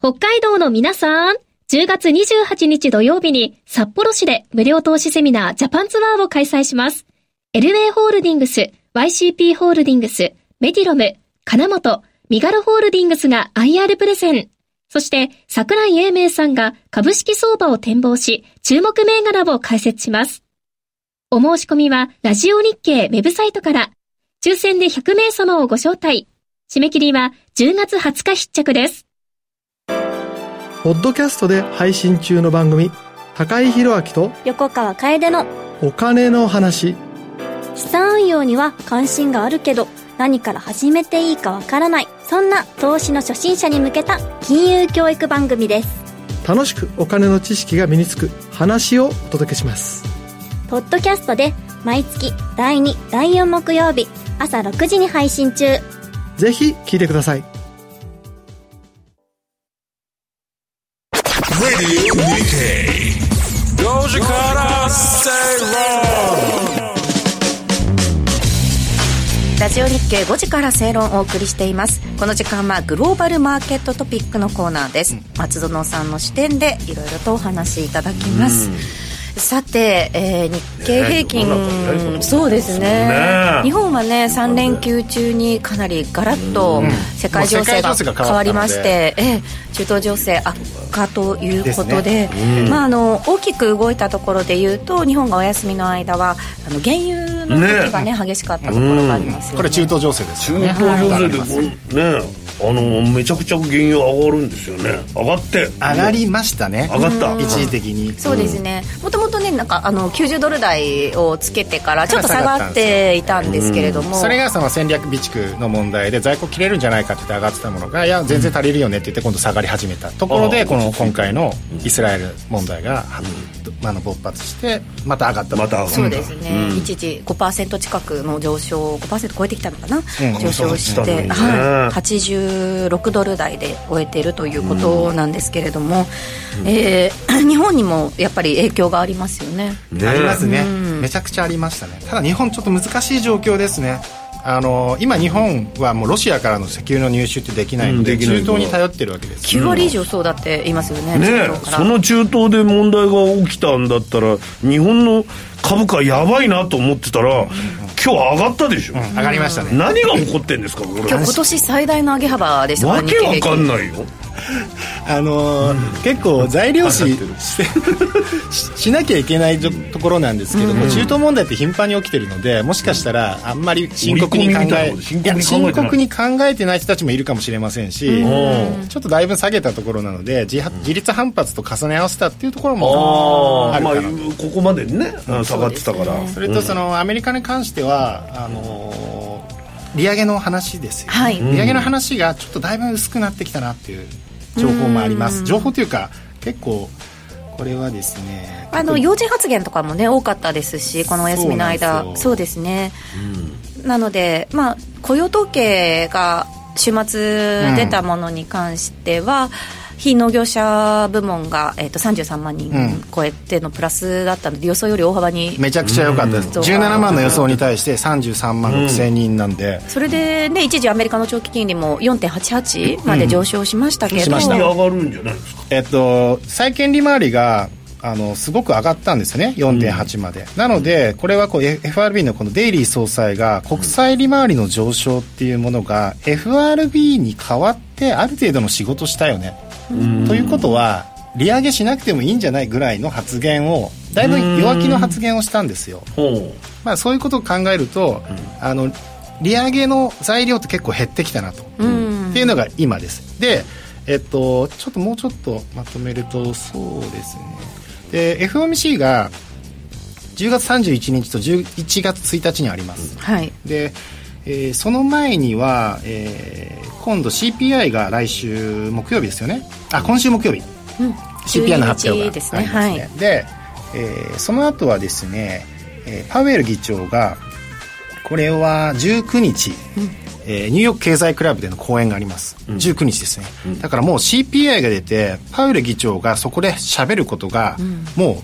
[SPEAKER 5] 北海道の皆さん10月28日土曜日に札幌市で無料投資セミナージャパンツアーを開催します。エルウェイホールディングス、YCP ホールディングス、メディロム、金本、ミガルホールディングスが IR プレゼン。そして、桜井英明さんが株式相場を展望し、注目銘柄を解説します。お申し込みは、ラジオ日経ウェブサイトから、抽選で100名様をご招待。締め切りは10月20日必着です。
[SPEAKER 6] ポッドキャストで配信中の番組、高井博明と
[SPEAKER 7] 横川楓の
[SPEAKER 6] お金の話。
[SPEAKER 7] 資産運用には関心があるけど、何から始めていいかわからないそんな投資の初心者に向けた金融教育番組です
[SPEAKER 6] 楽しくお金の知識が身につく話をお届けします
[SPEAKER 7] ポッドキャストで毎月第2第4木曜日朝6時に配信中
[SPEAKER 6] ぜひ聞いてください
[SPEAKER 3] ラジオ日経5時から正論をお送りしていますこの時間はグローバルマーケットトピックのコーナーです、うん、松園さんの視点でいろいろとお話しいただきます、さて、えー、日経平均、ね、そうですね、ね、日本はね3連休中にかなりガラッと世界情勢が変わりまして、えー、中東情勢悪化ということで、ねうん、まあ、あの大きく動いたところでいうと日本がお休みの間はあの原油の動きがね激しかったところがあります、
[SPEAKER 2] うん、これ中東情勢です
[SPEAKER 4] よね中東情勢で、ねあのめちゃくちゃ原油上がるんですよね上がって
[SPEAKER 2] 上がりましたね
[SPEAKER 4] 上がった
[SPEAKER 2] 一時的に
[SPEAKER 3] そうですねもともとねなんかあの90ドル台をつけてからちょっと下がっていたんですけれども、うん、
[SPEAKER 2] それがその戦略備蓄の問題で在庫切れるんじゃないかって言って上がってたものがいや全然足りるよねって言って今度下がり始めたところでこの今回のイスラエル問題が、うん、あの勃発してまた上がった
[SPEAKER 4] また
[SPEAKER 3] そうですね、うん、一時5%近くの上昇5%超えてきたのかな、うん、上昇して、ね、はい、80 16ドル台で終えているということなんですけれども、うん、えー、 日本にもやっぱり影響がありますよね。
[SPEAKER 2] ねありますね、うん、めちゃくちゃありましたね。ただ日本ちょっと難しい状況ですね。あの今日本はもうロシアからの石油の入手ってできないので,、中東に頼ってるわけです、
[SPEAKER 3] 9割以上そうだって言いますよね,
[SPEAKER 4] ね、その中東で問題が起きたんだったら日本の株価やばいなと思ってたら、うん、今日上がったでしょ、うん
[SPEAKER 2] 上がりましたね
[SPEAKER 4] 何が起こってんですかこれ
[SPEAKER 3] 今年最大の上げ幅でした
[SPEAKER 4] わけわかんないよ
[SPEAKER 2] あのーうん、結構材料視して しなきゃいけないところなんですけども、うん、中東問題って頻繁に起きてるのでもしかしたらあんまり深刻に考え深刻に考えてない人たちもいるかもしれませんし、うん、ちょっとだいぶ下げたところなので自自立反発と重ね合わせたっていうところもあるかな、まあ、
[SPEAKER 4] ここまでね下がってたから、ね、
[SPEAKER 2] それとそのアメリカに関してはあのー、利上げの話ですよ、ね、はい、利上げの話がちょっとだいぶ薄くなってきたなっていう情報もあります情報というか結構これはですね
[SPEAKER 3] あの幼稚発言とかもね多かったですしこのお休みの間そうですね、うん、なのでまあ雇用統計が週末出たものに関しては、うん非農業者部門が、えーと、と33万人超えてのプラスだったので、うん、予想より大幅に
[SPEAKER 2] めちゃくちゃ良かったです、うん、17万の予想に対して33万6千人なんで、
[SPEAKER 3] それで、ね、一時アメリカの長期金利も4.88まで上昇しましたけど、うん、
[SPEAKER 4] 上がるんじゃないですか、
[SPEAKER 2] えっと、債券利回りがあのすごく上がったんですよね4.8まで、うん、なのでこれはこう FRB のこのデイリー総裁が国債利回りの上昇っていうものが FRB に代わってある程度の仕事したよね、うん、ということは利上げしなくてもいいんじゃないぐらいの発言をだいぶ弱気の発言をしたんですよ、うん、まあ、そういうことを考えると、あの利上げの材料って結構減ってきたなと、っていうのが今ですでえっと、ちょっともうちょっとまとめるとそうですねで FOMC が10月31日と11月1日にあります、
[SPEAKER 3] はい、
[SPEAKER 2] で、えー、その前には、えー、今度 CPI が来週木曜日ですよねあ今週木曜日、うん、CPI の発表がですね、はい、で、えー、その後はですね、えー、パウエル議長がこれは19日、うんえー、ニューヨーク経済クラブでの講演があります、うん、19日ですね、うん、だからもう CPI が出てパウエル議長がそこで喋ることが、うん、もう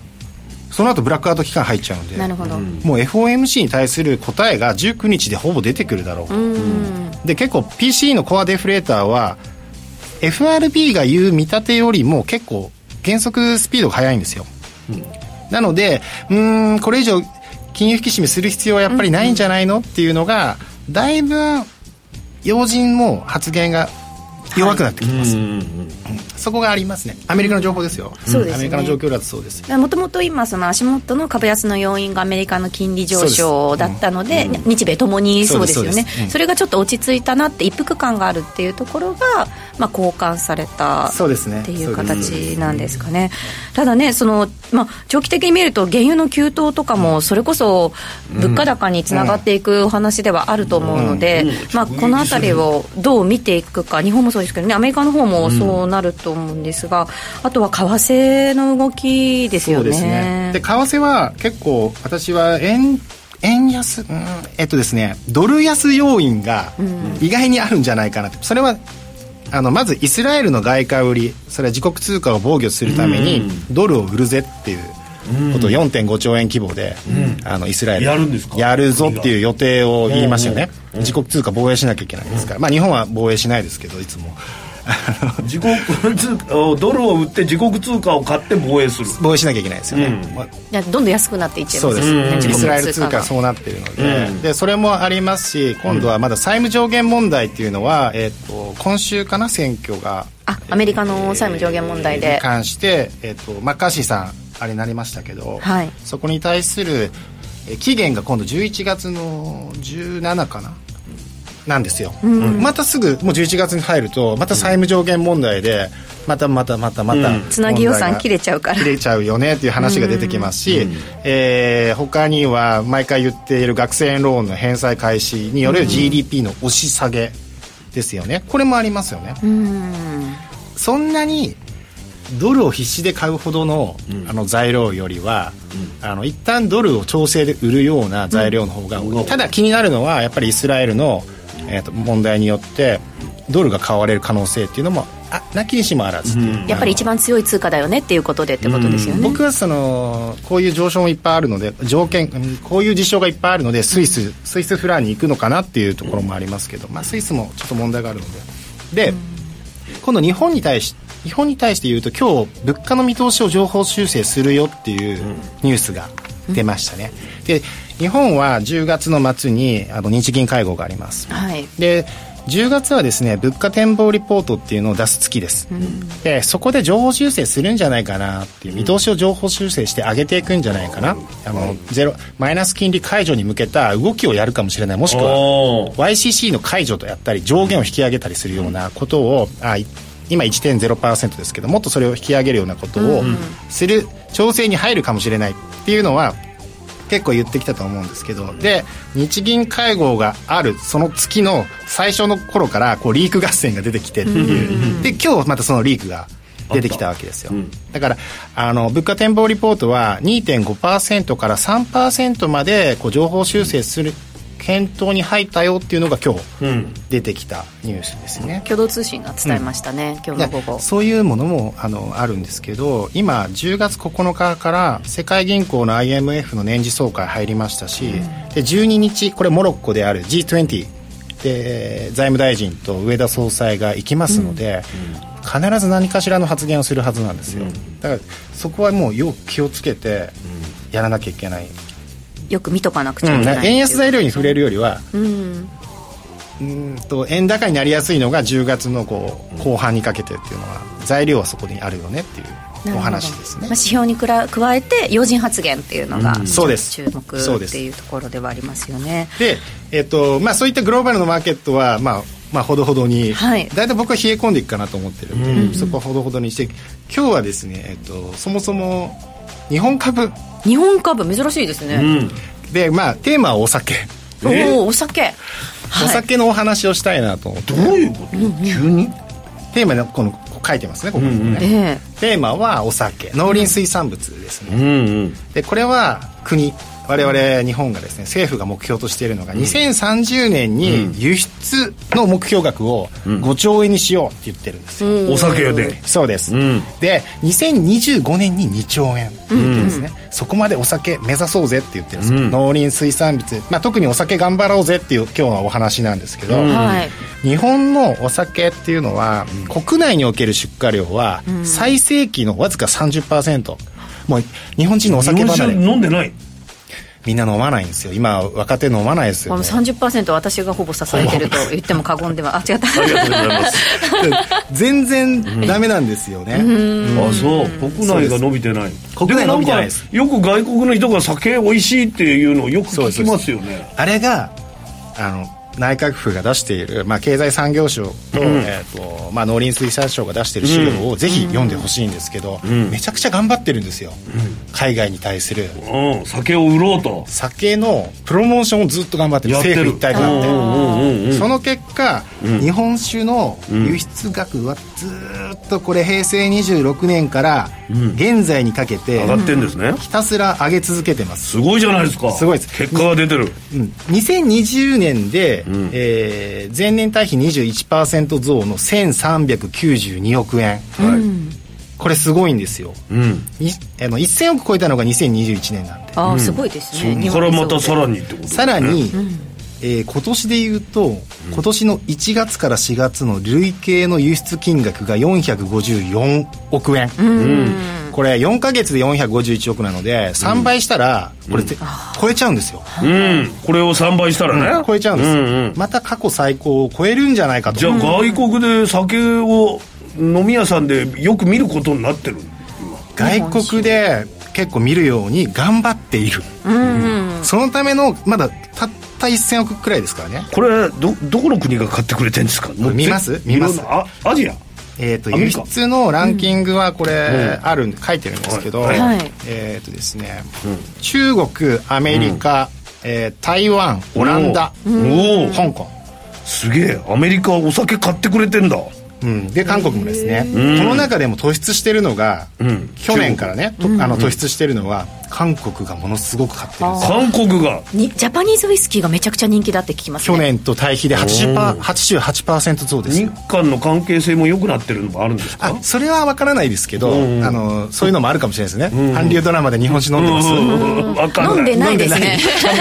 [SPEAKER 2] その後ブラックアウト期間入っちゃうんで
[SPEAKER 3] なるほど
[SPEAKER 2] もう FOMC に対する答えが19日でほぼ出てくるだろう、うんで結構 PC のコアデフレーターは FRB が言う見立てよりも結構減速スピードが速いんですよ、うん、なのでうんこれ以上金融引き締めする必要はやっぱりないんじゃないの、っていうのがだいぶ要人も発言が弱くなってきます、はいうんうん、そこがありますねアメリカの情報ですよ、
[SPEAKER 3] うんね、
[SPEAKER 2] アメリカの状況だとそうです
[SPEAKER 3] もともと今その足元の株安の要因がアメリカの金利上昇だったので、うん、日米ともにそうですよねそれがちょっと落ち着いたなって一服感があるっていうところが、まあ、交換されたっていう形なんですかね、ね、ただねその、まあ、長期的に見ると原油の急騰とかもそれこそ物価高につながっていくお話ではあると思うので、まあ、この辺りをどう見ていくか日本もそうですけどねアメリカの方もそうなると思うんですが、うん、あとは為替の動きですよね。で、ね、
[SPEAKER 2] 為替は結構私は円円安、うん、えっとですねドル安要因が意外にあるんじゃないかなと、それはあのまずイスラエルの外貨売りそれは自国通貨を防御するためにドルを売るぜっていうこと4.5兆円規模で、あのイスラエル
[SPEAKER 4] やるんですか
[SPEAKER 2] やるぞっていう予定を言いましたよね、自国通貨防衛しなきゃいけないですから、まあ、日本は防衛しないですけどいつも。
[SPEAKER 4] 自国通貨ドルを売って自国通貨を買って防衛する
[SPEAKER 2] 防衛しなきゃいけないですよね、まあ
[SPEAKER 3] いやどんどん安くなっていっちゃい
[SPEAKER 2] そ
[SPEAKER 3] ま
[SPEAKER 2] うですす、
[SPEAKER 3] よね自
[SPEAKER 2] イ
[SPEAKER 3] 国
[SPEAKER 2] スラエル通
[SPEAKER 3] 通貨
[SPEAKER 2] 貨
[SPEAKER 3] が
[SPEAKER 2] はそうなってるので,、でそれもありますし今度はまだ債務上限問題っていうのは、えっと今週かな選挙が
[SPEAKER 3] あアメリカの債務上限問題で
[SPEAKER 2] に関して、えっとマッカーシーさんあれになりましたけど、
[SPEAKER 3] はい
[SPEAKER 2] そこに対するえ期限が今度11月の17かななんですよ、またすぐもう11月に入るとまた債務上限問題でまたまたまたまた、
[SPEAKER 3] つなぎ予算切れちゃうから
[SPEAKER 2] 切れちゃうよねっていう話が出てきますし、えー他には毎回言っている学生ローンの返済開始による GDP の押し下げですよねこれもありますよねそんなにドルを必死で買うほどの,、あの材料よりは、あの一旦ドルを調整で売るような材料の方が多い、ただ気になるのはやっぱりイスラエルの、えー、と問題によってドルが買われる可能性っていうのもあなきにしもあらずっていう、
[SPEAKER 3] やっぱり一番強い通貨だよねっていうことでってことですよね
[SPEAKER 2] 僕はそのこういう上昇もいっぱいあるので条件うんこういう事象がいっぱいあるのでスイススイスフランに行くのかなっていうところもありますけど、まあ、スイスもちょっと問題があるのでで、今度日本に対し日本に対して言うと今日物価の見通しを情報修正するよっていうニュースが出ましたね、で日本は10月の末にあの日銀会合があります、
[SPEAKER 3] はい
[SPEAKER 2] で10月はですね物価展望リポートっていうのを出す月です、でそこで情報修正するんじゃないかなっていう見通しを情報修正して上げていくんじゃないかな、あのゼロマイナス金利解除に向けた動きをやるかもしれないもしくは
[SPEAKER 4] お
[SPEAKER 2] YCC の解除とやったり上限を引き上げたりするようなことを、あい今1.0%ですけどもっとそれを引き上げるようなことをする調整に入るかもしれないっていうのは結構言ってきたと思うんですけどで日銀会合があるその月の最初の頃からこうリーク合戦が出てきてっていうで今日またそのリークが出てきたわけですよ、だからあの物価展望リポートは2.5%から3%までこう情報修正する検討に入ったよっていうのが今日出てきたニュースですね、
[SPEAKER 3] 共同通信が伝えましたね、今日の午後
[SPEAKER 2] そういうものもあのあるんですけど今10月9日から世界銀行の IMF の年次総会入りましたし、で12日これモロッコである G20 で財務大臣と上田総裁が行きますので、必ず何かしらの発言をするはずなんですよ、だからそこはもうよく気をつけてやらなきゃいけない、
[SPEAKER 3] よく見とかなくちゃいけない、
[SPEAKER 2] 円安材料に触れるよりは、
[SPEAKER 3] うん
[SPEAKER 2] うんと円高になりやすいのが10月のこう後半にかけてっていうのは材料はそこにあるよねっていうお話です
[SPEAKER 3] まあ、
[SPEAKER 2] ね
[SPEAKER 3] 指標にくら加えて要人発言っていうのが、
[SPEAKER 2] うんそうです
[SPEAKER 3] 注目
[SPEAKER 2] そう
[SPEAKER 3] っ
[SPEAKER 2] です
[SPEAKER 3] ていうところではありますよね
[SPEAKER 2] で、えっとまあ、そういったグローバルのマーケットは、まあまあ、ほどほどに、
[SPEAKER 3] はい
[SPEAKER 2] 大体僕は冷え込んでいくかなと思ってるんで、そこはほどほどにして今日はですね、えっと、そもそも日本株
[SPEAKER 3] 日本株珍しいですね、
[SPEAKER 2] で、まあ、テーマはお酒、
[SPEAKER 3] おおお酒はい
[SPEAKER 2] お酒のお話をしたいなと思って
[SPEAKER 4] どういうこと急に
[SPEAKER 2] テーマのこのこう書いてますねここにね、
[SPEAKER 3] え
[SPEAKER 2] テーマはお酒農林水産物ですね、
[SPEAKER 4] うん
[SPEAKER 2] でこれは国我々日本がですね政府が目標としているのが2030年に輸出の目標額を5兆円にしようって言ってるんですよ、
[SPEAKER 4] うんお酒で
[SPEAKER 2] そうです、
[SPEAKER 4] ん
[SPEAKER 2] で2025年に2兆円って言ってるんですね、そこまでお酒目指そうぜって言ってるんですよ、農林水産物、まあ、特にお酒頑張ろうぜっていう今日はお話なんですけど、
[SPEAKER 3] えはい
[SPEAKER 2] 日本のお酒っていうのは、国内における出荷量は最盛期のわずか30%、もう日本人のお酒
[SPEAKER 4] 日本
[SPEAKER 2] 離
[SPEAKER 4] 酒
[SPEAKER 2] れ
[SPEAKER 4] 飲んでない
[SPEAKER 2] みんな飲まないんですよ今若手飲まないです
[SPEAKER 3] こ
[SPEAKER 2] よ、
[SPEAKER 3] の
[SPEAKER 2] ね、
[SPEAKER 3] 30%私がほぼ支えてると言っても過言ではあ違った
[SPEAKER 4] ありがとうございます
[SPEAKER 2] 全然ダメなんですよね、
[SPEAKER 4] あそう国内が伸びてない
[SPEAKER 2] 国内伸びてないです
[SPEAKER 4] もんかよく外国の人が酒美味しいっていうのをよく
[SPEAKER 2] そう
[SPEAKER 4] 聞
[SPEAKER 2] です
[SPEAKER 4] きますよね
[SPEAKER 2] あれがあの内閣府が出している、まあ、経済産業省と,、えーとまあ、農林水産省が出している資料をぜひ読んでほしいんですけど、めちゃくちゃ頑張ってるんですよ、海外に対する
[SPEAKER 4] うん酒を売ろうと
[SPEAKER 2] 酒のプロモーションをずっと頑張ってる
[SPEAKER 4] やって
[SPEAKER 2] 政
[SPEAKER 4] る
[SPEAKER 2] 府一体となって、
[SPEAKER 4] うんうんうんうん
[SPEAKER 2] その結果、日本酒の輸出額はずーっとこれ平成26年から現在にかけて
[SPEAKER 4] 上がってんですね
[SPEAKER 2] ひたすら上げ続けてます、
[SPEAKER 4] すごいじゃないですか
[SPEAKER 2] すごいです
[SPEAKER 4] 結果が出てる
[SPEAKER 2] うん、2020年で、えー前年対比21%増の1392億円、これすごいんですよ、
[SPEAKER 4] うん
[SPEAKER 2] にあの1000億超えたのが2021年なんで
[SPEAKER 3] ああすごいですね、日
[SPEAKER 4] そ
[SPEAKER 3] 本
[SPEAKER 4] れ
[SPEAKER 3] も
[SPEAKER 4] は
[SPEAKER 3] そうで
[SPEAKER 4] またさらにってこと
[SPEAKER 2] さらに、えー今年で言うと今年の1月から4月の累計の輸出金額が454億円、これ4か月で451億なので3倍したらこれって超えちゃうんですよ、
[SPEAKER 4] うんこれを3倍したらね
[SPEAKER 2] 超えちゃうんですよ、
[SPEAKER 4] ん
[SPEAKER 2] また過去最高を超えるんじゃないかと
[SPEAKER 4] じゃあ外国で酒を飲み屋さんでよく見ることになってる
[SPEAKER 2] 外国で結構見るように頑張っている、そのためのまだたった1000億くらいですからね
[SPEAKER 4] これどどこの国が買ってくれてるんですかもう
[SPEAKER 2] 見ます
[SPEAKER 4] ぜ
[SPEAKER 2] 見ます
[SPEAKER 4] いろんなあアジア
[SPEAKER 2] えー、と
[SPEAKER 4] アメ
[SPEAKER 2] 輸
[SPEAKER 4] リカ
[SPEAKER 2] 出のランキングはこれあるんで書いてるんですけど、
[SPEAKER 4] はい
[SPEAKER 3] はい
[SPEAKER 2] えっ、とですね、中国アメリカ、えー台湾オランダ、
[SPEAKER 4] おーお
[SPEAKER 2] 香
[SPEAKER 4] ー
[SPEAKER 2] 港、
[SPEAKER 4] すげえアメリカお酒買ってくれてんだ
[SPEAKER 2] うん、で韓国もですね、この中でも突出してるのが、
[SPEAKER 4] ん
[SPEAKER 2] 去年からね、とあの突出してるのは韓国がものすごく買ってるんですよ
[SPEAKER 4] 韓国が
[SPEAKER 3] にジャパニーズウイスキーがめちゃくちゃ人気だって聞きます
[SPEAKER 2] 去
[SPEAKER 3] ね
[SPEAKER 2] 年と対比で80パー88%増です
[SPEAKER 4] 日
[SPEAKER 2] よ
[SPEAKER 4] 韓の関係性も良くなってるのもあるんですか
[SPEAKER 2] あそれは分からないですけど、
[SPEAKER 4] うん
[SPEAKER 2] あのそういうのもあるかもしれないですね、韓流ドラマで日本酒飲んでます、
[SPEAKER 4] うんわかんない
[SPEAKER 3] 飲んでないです
[SPEAKER 2] 飲
[SPEAKER 3] ね
[SPEAKER 2] ん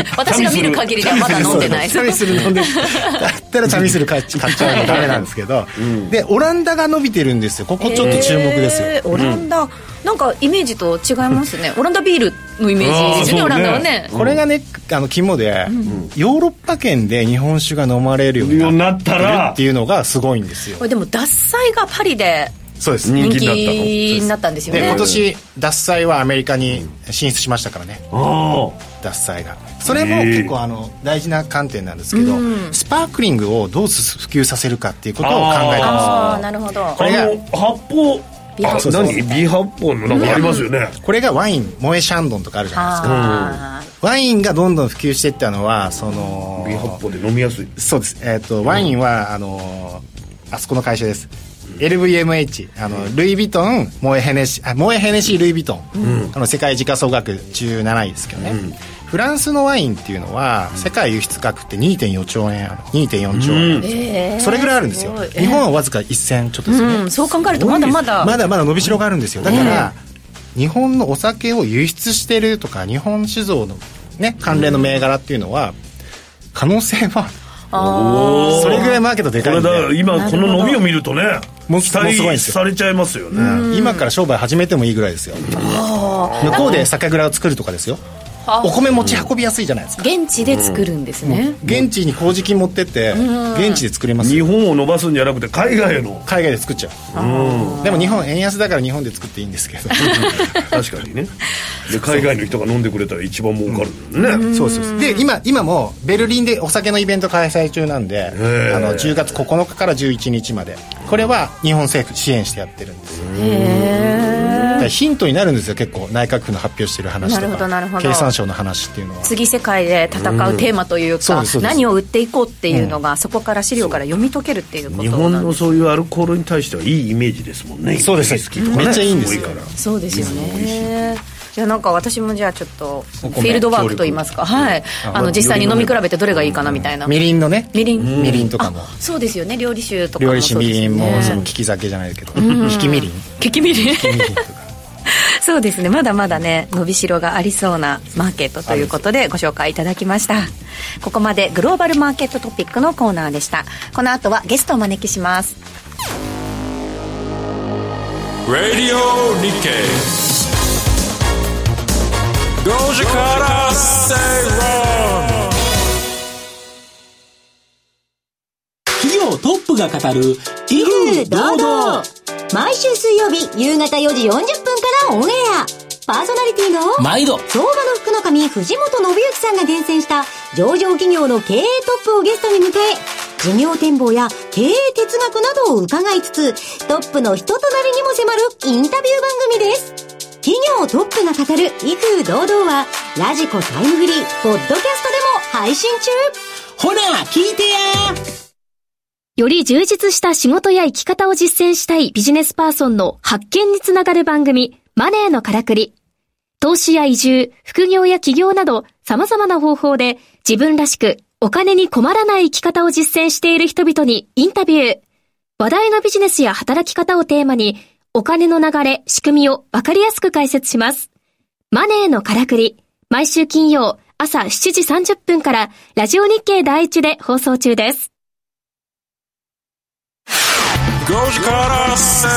[SPEAKER 3] 私が見る限りではまだ飲んでない
[SPEAKER 2] チャミスル飲んでるだったらチャミスル買っち買っちゃうのダメなんですけど、でオランダが伸びてるんですよここちょっと注目ですよ、
[SPEAKER 3] えーオランダ、なんかイメージと違いますねオランダビールのイメージですね
[SPEAKER 4] あ
[SPEAKER 3] オ
[SPEAKER 4] ーそうね
[SPEAKER 3] ランダはね
[SPEAKER 2] これがねあの肝で、ヨーロッパ圏で日本酒が飲まれるよう
[SPEAKER 4] よう
[SPEAKER 2] に
[SPEAKER 4] に
[SPEAKER 2] な
[SPEAKER 4] な
[SPEAKER 2] っ
[SPEAKER 4] ってた
[SPEAKER 2] る
[SPEAKER 4] ら
[SPEAKER 2] っていうのがすごいんですよ
[SPEAKER 3] これでも獺祭がパリで
[SPEAKER 2] そうです
[SPEAKER 4] 人
[SPEAKER 3] 人
[SPEAKER 4] 気になったの
[SPEAKER 3] 気になったんですよ
[SPEAKER 2] で
[SPEAKER 3] ね
[SPEAKER 2] 今年獺祭はアメリカに進出しましたからね
[SPEAKER 4] あ
[SPEAKER 2] 獺祭がそれも結構あの大事な観点なんですけど、スパークリングをどうす普及させるかっていうことを考えたんですよ
[SPEAKER 3] ああなるほど
[SPEAKER 4] ああ
[SPEAKER 2] れが
[SPEAKER 4] の発泡
[SPEAKER 3] 微
[SPEAKER 4] あ
[SPEAKER 2] 発泡
[SPEAKER 4] 何微発泡のなんかありますよね
[SPEAKER 2] これがワイン萌えシャンドンとかあるじゃないですか
[SPEAKER 3] あ
[SPEAKER 2] ワインがどんどん普及していったのはその
[SPEAKER 4] 微発泡で飲みやすい
[SPEAKER 2] そうですえっ、とワインは、あのあそこの会社です LVMH あの、ルイ・ヴィトンモエ・ヘネシーあモエ・ヘネシールイ・ヴィトン、あの世界時価総額17位ですけどね、フランスのワインっていうのは世界輸出額って2.4兆円ある2.4兆
[SPEAKER 3] ー
[SPEAKER 2] 円、
[SPEAKER 3] えー
[SPEAKER 2] それぐらいあるんですよ、
[SPEAKER 3] ごいえー
[SPEAKER 2] 日本はわずか1000ちょっとですよね、
[SPEAKER 3] うんそう考えるとまだまだ
[SPEAKER 2] まだまだ伸びしろがあるんですよだから、日本のお酒を輸出してるとか日本酒造の、ね、関連の銘柄っていうのは可能性は
[SPEAKER 3] あ
[SPEAKER 2] それぐらいマーケットで
[SPEAKER 4] こ
[SPEAKER 2] かい
[SPEAKER 4] れ
[SPEAKER 2] んで
[SPEAKER 4] だ今この伸びを見るとね
[SPEAKER 2] もう
[SPEAKER 4] 期
[SPEAKER 2] もう
[SPEAKER 4] 待
[SPEAKER 2] すごいんですよ
[SPEAKER 4] されちゃいますよね
[SPEAKER 2] 今から商売始めてもいいぐらいですよ向こうで酒蔵を作るとかですよお米持ち運びやすいじゃないですか
[SPEAKER 3] ー現地で作るんですね、
[SPEAKER 2] 現地に麹菌持ってって現地で作れます
[SPEAKER 4] 日
[SPEAKER 2] よ
[SPEAKER 4] 本を伸ばすんじゃなくて海外への
[SPEAKER 2] 海外で作っちゃうでも日本円安だから日本で作っていいんですけ ど
[SPEAKER 4] 確かにねで海外の人が飲んでくれたら一番儲かるんだよね
[SPEAKER 2] そうそうそうで今今もベルリンでお酒のイベント開催中なんであ
[SPEAKER 4] ー
[SPEAKER 2] の10月9日から11日までこれは日本政府支援してやってるんですよだからヒントになるんですよ結構内閣府の発表してる話とか
[SPEAKER 3] なるほどなるほど
[SPEAKER 2] 経産省の話っていうのは
[SPEAKER 3] 次世界で戦うテーマという
[SPEAKER 2] そう
[SPEAKER 3] か、
[SPEAKER 2] ですそうです
[SPEAKER 3] 何を売っていこうっていうのが、そこから資料から読み解けるっていうこと
[SPEAKER 4] 日
[SPEAKER 3] な
[SPEAKER 4] 本
[SPEAKER 3] んで
[SPEAKER 4] のそういうアルコールに対してはいいイメージですもんね
[SPEAKER 2] そうです
[SPEAKER 4] ウイスキーとかね
[SPEAKER 2] めっちゃいいんですよ
[SPEAKER 4] ごから
[SPEAKER 3] そうですよねじゃあなんか私もじゃあちょっとフ
[SPEAKER 2] 米
[SPEAKER 3] ィールドワークといいますかはいあの実際に飲み比べてどれがいいかなみたいな
[SPEAKER 2] みりんのね
[SPEAKER 3] みりん
[SPEAKER 2] みりんとかも
[SPEAKER 3] あそうですよね料理酒とか
[SPEAKER 2] 料
[SPEAKER 3] も
[SPEAKER 2] 理酒
[SPEAKER 3] そう
[SPEAKER 2] み
[SPEAKER 3] です
[SPEAKER 2] り
[SPEAKER 3] よ
[SPEAKER 2] ん
[SPEAKER 3] ね
[SPEAKER 2] もその利き酒じゃないですけど利きみりん
[SPEAKER 3] ケキみりんそうですねまだまだね伸びしろがありそうなマーケットということでご紹介いただきましたここまでグローバルマーケットトピックのコーナーでしたこの後はゲストをお招きします
[SPEAKER 1] Radio Nikkei. Doji Kara Ceylon.
[SPEAKER 8] 企業トップが語る企業堂々
[SPEAKER 7] 毎週水曜日夕方4時40分からオンエアパーソナリティの
[SPEAKER 8] 毎度
[SPEAKER 7] 相場の福の神藤本信之さんが厳選した上場企業の経営トップをゲストに迎え事業展望や経営哲学などを伺いつつトップの人となりにも迫るインタビュー番組です企業トップが語る威風堂々はラジコタイムフリーポッドキャストでも配信中
[SPEAKER 8] ほら聞いてや
[SPEAKER 5] より充実した仕事や生き方を実践したいビジネスパーソンの発見につながる番組、マネーのからくり。投資や移住、副業や起業など様々な方法で自分らしくお金に困らない生き方を実践している人々にインタビュー。話題のビジネスや働き方をテーマにお金の流れ、仕組みをわかりやすく解説します。マネーのからくり、毎週金曜朝7時30分からラジオ日経第一で放送中です。
[SPEAKER 1] 5時から正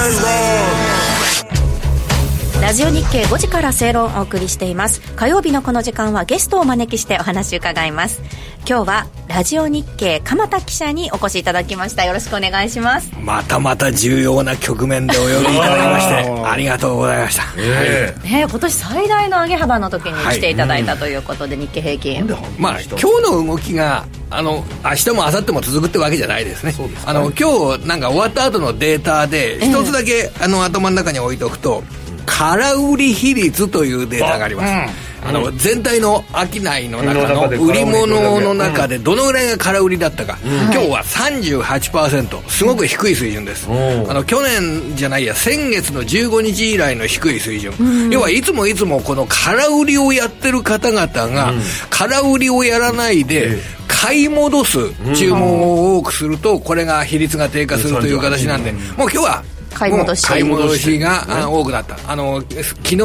[SPEAKER 3] ラジオ日経5時から正論をお送りしています。火曜日のこの時間はゲストをお招きしてお話を伺います。今日はラジオ日経鎌田記者にお越しいただきました。よろしくお願いします。
[SPEAKER 9] またまた重要な局面でお呼びいただきま してありがとうございました
[SPEAKER 4] え
[SPEAKER 3] ねえ、今年最大の上げ幅の時に来ていただいたということで、日経平均。
[SPEAKER 9] まあ今日の動きがあの明日も明後日も続くってわけじゃないですねあの今日なんか終わった後のデータで一つだけ、あの頭の中に置いておくと空売り比率というデータがありますあの全体の商いの中の売り物の中でどのぐらいが空売りだったか、今日は38%すごく低い水準です、あの去年じゃないや先月の15日以来の低い水準、要はいつもいつもこの空売りをやってる方々が空売りをやらないで、買い戻す注文を多くすると、これが比率が低下するという形なんで、もう今日は
[SPEAKER 3] 買い戻し
[SPEAKER 9] もう買い戻しが、あ多くなったあの昨日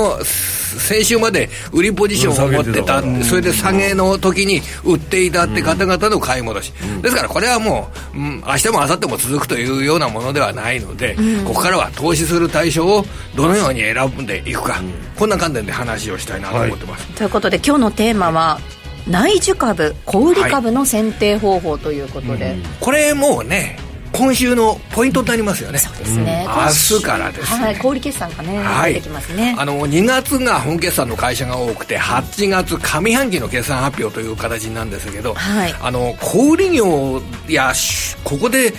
[SPEAKER 9] 先週まで売りポジションを持ってたそれで下げの時に売っていたって方々の買い戻し、ですからこれはもう、うん、明日も明後日も続くというようなものではないので、ここからは投資する対象をどのように選んでいくか、こんな観点で話をしたいなと思ってます、
[SPEAKER 3] ということで今日のテーマは内需株小売株の選定方法ということで、
[SPEAKER 9] これもうね今週のポイントになりますよね
[SPEAKER 3] そうですね、
[SPEAKER 9] うん明日からですね
[SPEAKER 3] はい、小売決算がね、
[SPEAKER 9] はい、
[SPEAKER 3] 出てきますね
[SPEAKER 9] あの2月が本決算の会社が多くて8月上半期の決算発表という形なんですけど、
[SPEAKER 3] はい
[SPEAKER 9] あの小売業やしここで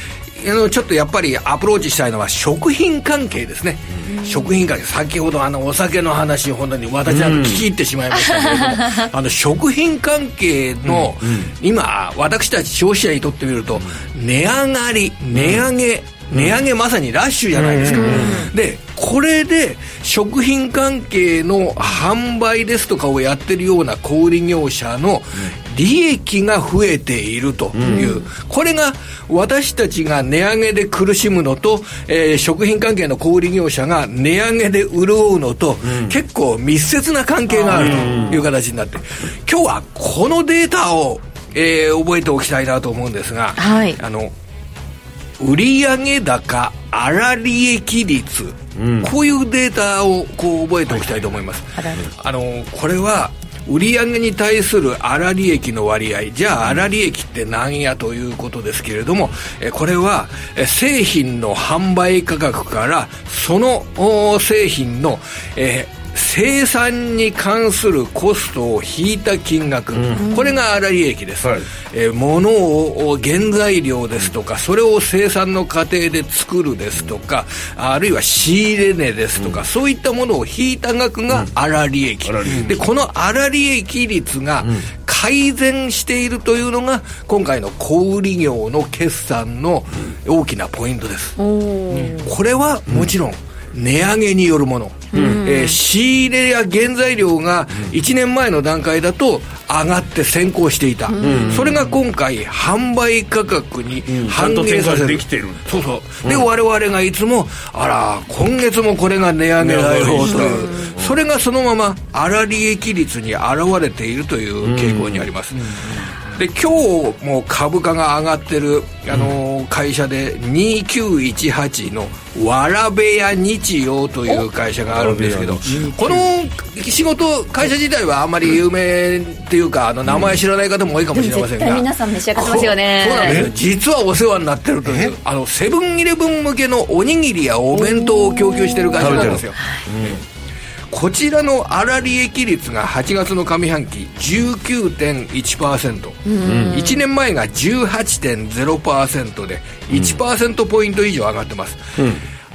[SPEAKER 9] あのちょっとやっぱりアプローチしたいのは食品関係ですね、食品関係先ほどあのお酒の話本当に私なんか聞き入ってしまいましたけれども、あの食品関係の、今私たち消費者にとってみると値上がり値上げ、値上げまさにラッシュじゃないですか、でこれで食品関係の販売ですとかをやってるような小売業者の利益が増えているという、これが私たちが値上げで苦しむのと、えー食品関係の小売業者が値上げで潤うのと、結構密接な関係があるという形になって、今日はこのデータを、えー覚えておきたいなと思うんですが、
[SPEAKER 3] はい
[SPEAKER 9] あの売上高粗利益率、こういうデータをこう覚えておきたいと思います、あのこれは売上に対する粗利益の割合じゃあ粗利益って何やということですけれどもえこれはえ製品の販売価格からそのお製品のえー生産に関するコストを引いた金額、これが粗利益です、
[SPEAKER 4] はい
[SPEAKER 9] えー物を原材料ですとかそれを生産の過程で作るですとかあるいは仕入れ値ですとか、そういったものを引いた額が粗利益、でこの粗利益率が改善しているというのが今回の小売業の決算の大きなポイントです、これはもちろん値上げによるもの、えー仕入れや原材料が1年前の段階だと上がって先行していた、それが今回販売価格に反映さ
[SPEAKER 4] ちゃんと転
[SPEAKER 9] せ
[SPEAKER 4] 換
[SPEAKER 9] る
[SPEAKER 4] できてる
[SPEAKER 9] そうそうで、我々がいつもあら今月もこれが値上げだよ
[SPEAKER 4] 値上がりし
[SPEAKER 9] と
[SPEAKER 4] た
[SPEAKER 9] いう、それがそのまま粗利益率に表れているという傾向にあります、で今日も株価が上がってる、あのー会社で2918のわらべや日用という会社があるんですけどこの仕事会社自体はあんまり有名っていうかあの名前知らない方も多いかもしれません
[SPEAKER 3] 絶
[SPEAKER 9] が、
[SPEAKER 3] 対皆さん召し上がってますよね
[SPEAKER 9] そうなんですよ実はお世話になってるというあのセブンイレブン向けのおにぎりやお弁当を供給してる会社なんですよ、こちらの粗利益率が8月の上半期19.1%、1年前が18.0%で1%ポイント以上上がってます、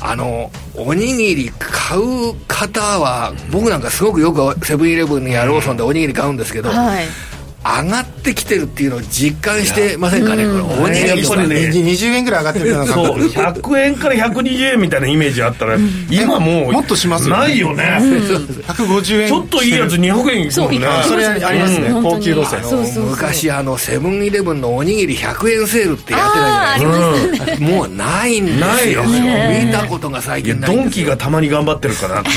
[SPEAKER 9] あのおにぎり買う方は僕なんかすごくよくセブンイレブンやローソンでおにぎり買うんですけど、
[SPEAKER 3] はい
[SPEAKER 9] 上がってきてるっていうのを実感してませんかね、これ、おにぎ
[SPEAKER 4] やっ
[SPEAKER 9] り
[SPEAKER 4] ぱ
[SPEAKER 9] さ
[SPEAKER 4] り
[SPEAKER 9] ん
[SPEAKER 4] ね
[SPEAKER 2] 20円ぐらい上がってるような感
[SPEAKER 4] そう
[SPEAKER 2] 覚
[SPEAKER 4] 100円から120円みたいなイメージあったら、今もう
[SPEAKER 2] もっとしますよね
[SPEAKER 4] ないよね、
[SPEAKER 2] 150円
[SPEAKER 4] ちょっといいやつ200円いくもんね
[SPEAKER 2] それありますね、
[SPEAKER 5] うん
[SPEAKER 2] 高級路線
[SPEAKER 5] そうそう
[SPEAKER 9] 昔あのセブンイレブンのおにぎり100円セールってやってたじゃないですか、もうないんですよ
[SPEAKER 4] ないよ
[SPEAKER 9] 見たことが最
[SPEAKER 4] いや
[SPEAKER 9] 近ない
[SPEAKER 4] ド
[SPEAKER 9] ん
[SPEAKER 4] ン
[SPEAKER 9] です
[SPEAKER 4] キ
[SPEAKER 9] よ
[SPEAKER 4] がたまに頑張ってるから
[SPEAKER 9] もう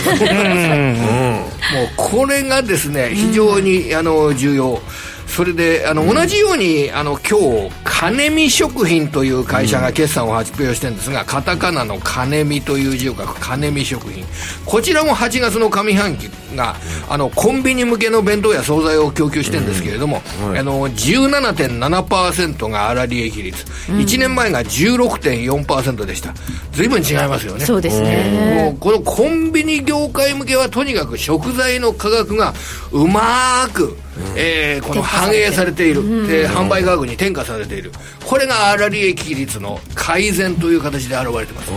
[SPEAKER 9] これがですね非常に、あの重要それであの、同じようにあの今日金見食品という会社が決算を発表してるんですが、カタカナの金見という字を書く金見食品こちらも8月の上半期が、あのコンビニ向けの弁当や惣菜を供給してるんですけれども、あの17.7%が粗利益率、1年前が16.4%でした随分違いますよね
[SPEAKER 3] そうですね
[SPEAKER 9] もうこのコンビニ業界向けはとにかく食材の価格がうまーく、えーこの反映されている、で販売価格に転嫁されているこれが粗利益率の改善という形で現れてます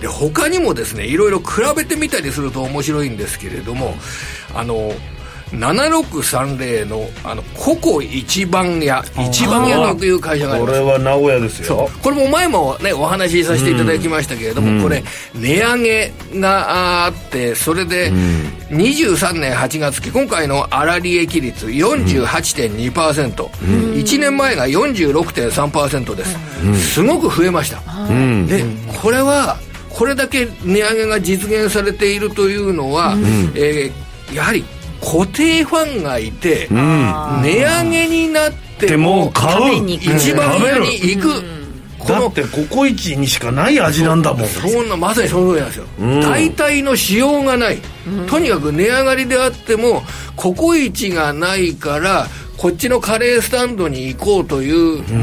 [SPEAKER 9] で他にもですねいろいろ比べてみたりすると面白いんですけれどもあの7630のあのココ一番屋一番屋という会社があり
[SPEAKER 4] こ
[SPEAKER 9] ます
[SPEAKER 4] れは名古屋ですよ
[SPEAKER 9] これも前もねお話しさせていただきましたけれども、これ値上げがあってそれで23年8月期今回の粗利益率48.2%、1年前が46.3%です、すごく増えました、でこれはこれだけ値上げが実現されているというのは、えーやはり固定ファンがいて、値上げになって
[SPEAKER 4] でも
[SPEAKER 9] も
[SPEAKER 4] う買
[SPEAKER 3] 食べ
[SPEAKER 4] う
[SPEAKER 3] に行く
[SPEAKER 9] 一番上に行く、こ
[SPEAKER 4] だっ
[SPEAKER 9] の
[SPEAKER 4] てココイチにしかない味なんだもん
[SPEAKER 9] そんなまさにその通りなんですよ、大体のしようがない、とにかく値上がりであってもココイチがないからこっちのカレースタンドに行こうとい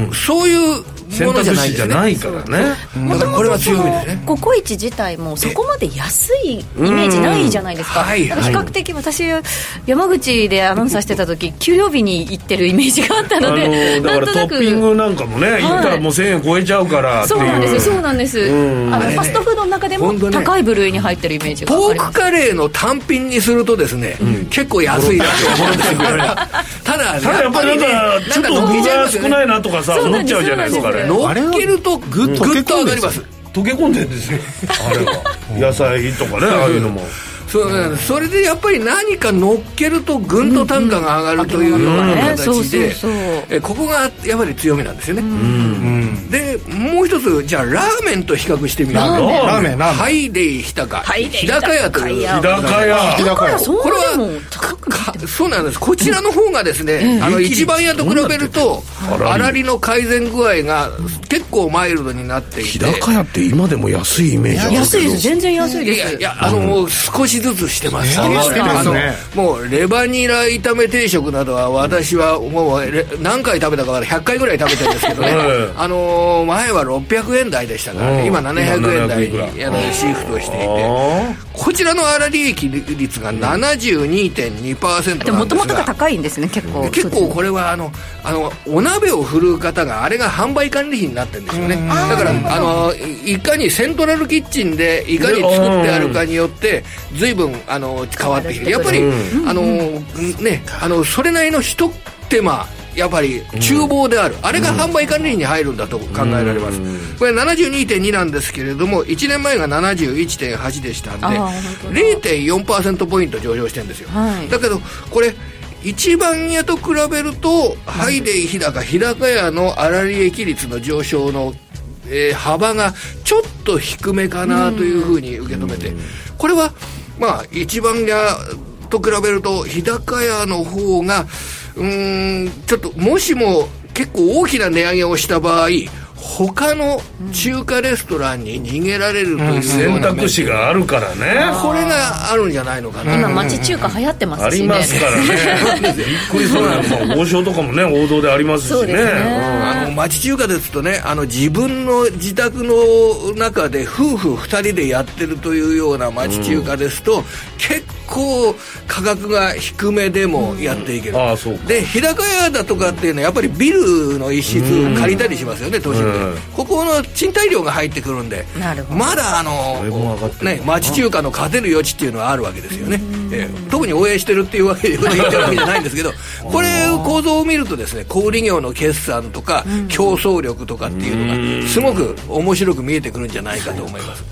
[SPEAKER 9] う、そういう
[SPEAKER 4] 選
[SPEAKER 9] ものじ
[SPEAKER 4] 択
[SPEAKER 9] ゃないんで
[SPEAKER 4] 肢じゃ
[SPEAKER 9] すね
[SPEAKER 4] ないから
[SPEAKER 9] だ
[SPEAKER 4] ね
[SPEAKER 9] からこれは強みですね
[SPEAKER 3] ココイチ自体もそこまで安いイメージないじゃないですか,、
[SPEAKER 9] うんはい
[SPEAKER 3] 比較的私山口でアナウンサーしてた時給料日に行ってるイメージがあった
[SPEAKER 4] あ
[SPEAKER 3] の
[SPEAKER 4] の
[SPEAKER 3] で、
[SPEAKER 4] だ
[SPEAKER 3] な
[SPEAKER 4] か
[SPEAKER 3] ん
[SPEAKER 4] ら
[SPEAKER 3] と
[SPEAKER 4] ト
[SPEAKER 3] な
[SPEAKER 4] ッピン
[SPEAKER 3] く
[SPEAKER 4] グなんかもね、言ったらもう1000円超えちゃうからって
[SPEAKER 3] そうなんです
[SPEAKER 4] い
[SPEAKER 3] よ
[SPEAKER 4] う
[SPEAKER 3] そうなんです、あの
[SPEAKER 9] あれね
[SPEAKER 3] ファストフードの中でも
[SPEAKER 9] ほんとね
[SPEAKER 3] 高い部類に入ってるイメージが
[SPEAKER 9] ポ
[SPEAKER 3] あ
[SPEAKER 9] ー
[SPEAKER 3] りま
[SPEAKER 9] ク
[SPEAKER 3] す
[SPEAKER 9] カレーの単品にするとですね、結構安いなと思うんですよ これただ
[SPEAKER 4] ただやっぱりなんかちょっと具が少ないなとかさ
[SPEAKER 3] そう
[SPEAKER 4] 思
[SPEAKER 3] な
[SPEAKER 4] っ
[SPEAKER 3] んです
[SPEAKER 4] ちゃうじゃないですかあれ
[SPEAKER 9] 乗っけると
[SPEAKER 2] ぐ
[SPEAKER 9] グ
[SPEAKER 2] っ
[SPEAKER 9] ッ
[SPEAKER 2] と
[SPEAKER 9] と
[SPEAKER 2] 溶け込んでるんですよ
[SPEAKER 9] 上がります
[SPEAKER 4] 溶け込んでるんですよあれは野菜とかねああいうのも
[SPEAKER 9] そうなんですそれでやっぱり何か乗っけるとぐんと単価が上がるというような
[SPEAKER 3] うんうん
[SPEAKER 9] 形で
[SPEAKER 3] そうそうそう
[SPEAKER 9] えここがやっぱり強みなんですよねうんでもう一つじゃあラーメンと比較してみよう
[SPEAKER 4] ラー
[SPEAKER 2] ラー
[SPEAKER 4] メン
[SPEAKER 2] メンラーメン
[SPEAKER 9] ハイデイ日高
[SPEAKER 3] ハイデイ
[SPEAKER 9] 日高屋という
[SPEAKER 3] 日高屋
[SPEAKER 4] 日高屋
[SPEAKER 2] 日
[SPEAKER 3] だ
[SPEAKER 2] 高
[SPEAKER 3] か
[SPEAKER 2] 屋
[SPEAKER 3] らそん
[SPEAKER 9] これ
[SPEAKER 3] なでも
[SPEAKER 9] は
[SPEAKER 3] 高く
[SPEAKER 9] かそうなんですこちらの方がですね、あの一番屋と比べると粗利の改善具合が結構マイルドになっていて
[SPEAKER 1] 日高屋って今でも安いイメージあるけど
[SPEAKER 3] 安いです全然安い
[SPEAKER 9] い
[SPEAKER 3] で
[SPEAKER 9] や
[SPEAKER 3] す
[SPEAKER 9] いやいや、あの、少しずつしてます。
[SPEAKER 2] 値上げしてますね
[SPEAKER 9] あのもう、レバニラ炒め定食などは、私は、もう、レ何回食べたかわからない100回ぐらい食べてるんですけどね
[SPEAKER 4] はい。
[SPEAKER 9] あのー、前は600円台でしたから、
[SPEAKER 4] うん
[SPEAKER 9] ね、今700円台
[SPEAKER 4] 今700
[SPEAKER 9] に、あの、シフトしていて。
[SPEAKER 4] あ
[SPEAKER 9] こちらの粗利益率が72.2%なんです
[SPEAKER 3] で
[SPEAKER 9] が。
[SPEAKER 3] ももともとが高いんですね結構
[SPEAKER 9] で結構これはあのあのお鍋を振るう方があれが販売管理費になってるんですよねだからあのいいかにセントラルキッチンでいかに作ってあるかによって随分あの変わってきてやっぱりあのねあのそれなりの一手間やっぱり厨房である、あれが販売管理費に入るんだと考えられます、これ72.2なんですけれども1年前が71.8でしたんで
[SPEAKER 3] あー本当だ
[SPEAKER 9] 0.4%ポイント上昇してるんですよ、
[SPEAKER 3] はい
[SPEAKER 9] だけどこれ一番屋と比べるとハイデイ日高日高屋の粗利益率の上昇の、えー幅がちょっと低めかなというふうに受け止めてこれはまあ一番屋と比べると日高屋の方がうーんちょっともしも結構大きな値上げをした場合他の中華レストランに逃げられると
[SPEAKER 4] ー
[SPEAKER 9] いうよう
[SPEAKER 4] 選
[SPEAKER 9] な面
[SPEAKER 4] 択肢があるからね
[SPEAKER 9] これがあるんじゃないのかな
[SPEAKER 3] 今町中華流行ってま
[SPEAKER 4] あ
[SPEAKER 3] す
[SPEAKER 4] り
[SPEAKER 3] しね
[SPEAKER 4] ますからねびっくりするのも王将とかもね王道であります
[SPEAKER 3] そう
[SPEAKER 4] し
[SPEAKER 3] で
[SPEAKER 4] ね
[SPEAKER 3] すね
[SPEAKER 4] うん
[SPEAKER 9] あの町中華ですとねあの自分の自宅の中で夫婦2人でやってるというような町中華ですと、結構価格が低めでもやっていける、
[SPEAKER 4] ああそうか
[SPEAKER 9] で日高屋だとかっていうのはやっぱりビルの一室借りたりしますよね、都心で、
[SPEAKER 4] うん
[SPEAKER 9] ここの賃貸料が入ってくるんで
[SPEAKER 3] なるほど
[SPEAKER 9] まだあの
[SPEAKER 4] れも上がってる
[SPEAKER 9] ね、町中華の勝てる余地っていうのはあるわけですよね、ええ特に応援してるっていうわけで言ってるわけじゃないんですけどこれ構造を見るとですね小売業の決算とか競争力とかっていうのがすごく面白く見えてくるんじゃないかと思います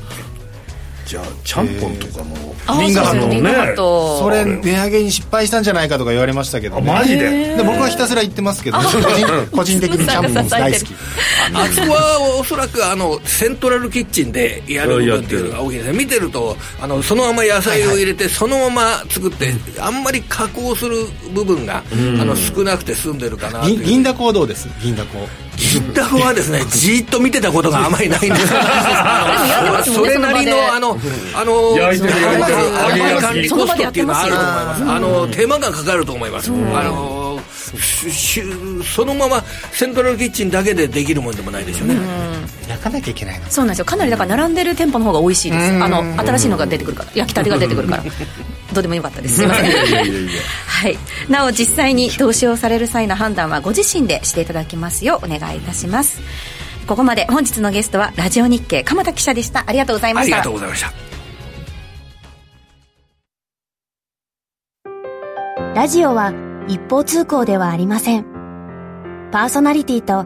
[SPEAKER 4] じゃあちゃんぽんとかも
[SPEAKER 3] あ
[SPEAKER 4] リンガハ
[SPEAKER 3] そうそうリンガハッ
[SPEAKER 4] ットね
[SPEAKER 3] ト
[SPEAKER 2] それ値上げに失敗したんじゃないかとか言われましたけど、
[SPEAKER 4] あ
[SPEAKER 2] ね、
[SPEAKER 4] マジで
[SPEAKER 2] で僕はひたすら言ってますけど個人個人的にちゃんぽん大好 き
[SPEAKER 9] あそこはおそらくあのセントラルキッチンでやる部分っていうのが大きいですね見てるとあのそのまま野菜を入れてそのまま作ってあんまり加工する部分があの少なくて済んでるかなという
[SPEAKER 2] 銀銀だこはどうです銀だこ
[SPEAKER 9] 銀だこはですねじーっと見てたことがあまりないんですあの
[SPEAKER 3] でも
[SPEAKER 9] それなりのあのあの
[SPEAKER 4] 焼いてる焼いてる
[SPEAKER 9] あ
[SPEAKER 4] 揚げ焼
[SPEAKER 9] の
[SPEAKER 4] き
[SPEAKER 9] 管理コストっていうのはあると思いますあの手間がかかると思いますあのししそのままセントラルキッチンだけでできるもんでもないでしょうね
[SPEAKER 2] 焼かなきゃいけないの
[SPEAKER 3] そうなんですよかなりだから並んでる店舗の方が美味しいですあの新しいのが出てくるから焼きたてが出てくるからどうでもよかったですすいませんはいなお実際に投資をされる際の判断はご自身でしていただきますようお願いいたしますここまで本日のゲストはラジオ日経鎌田記者でしたありがとうございま
[SPEAKER 9] あ
[SPEAKER 3] し
[SPEAKER 9] りが
[SPEAKER 3] た
[SPEAKER 9] とうございました
[SPEAKER 7] ラジオは一方通行ではありません。パーソナリティと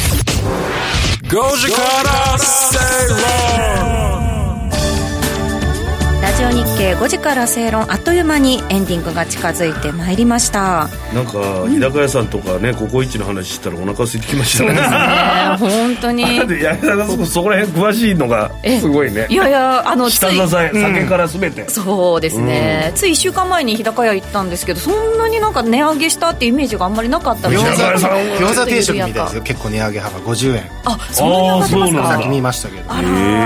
[SPEAKER 1] 5時から正論
[SPEAKER 3] ラジオ日経5時から正論あっという間にエンディングが近づいてまいりました
[SPEAKER 4] なんか日高屋さんとかねココイチの話したらお腹空いてきましたね
[SPEAKER 3] ね本当に
[SPEAKER 4] だって八重さんがそこそこら辺詳しいのが
[SPEAKER 3] え
[SPEAKER 4] すごいね
[SPEAKER 3] いやいやあのつ
[SPEAKER 4] 下
[SPEAKER 3] い
[SPEAKER 4] 支え酒から全て、
[SPEAKER 3] そうですね、つい1週間前に日高屋行ったんですけどそんなになんか値上げしたっていうイメージがあんまりなかったの
[SPEAKER 2] 餃
[SPEAKER 4] い
[SPEAKER 2] 子
[SPEAKER 4] や
[SPEAKER 3] で
[SPEAKER 4] さん
[SPEAKER 2] 餃子定食みたいですよ結構値上げ幅50円
[SPEAKER 3] あそんなに上がってます
[SPEAKER 4] あーそう
[SPEAKER 2] さ
[SPEAKER 4] な
[SPEAKER 2] っ
[SPEAKER 4] ん
[SPEAKER 3] か
[SPEAKER 4] だ
[SPEAKER 2] き見ましたけど
[SPEAKER 3] あら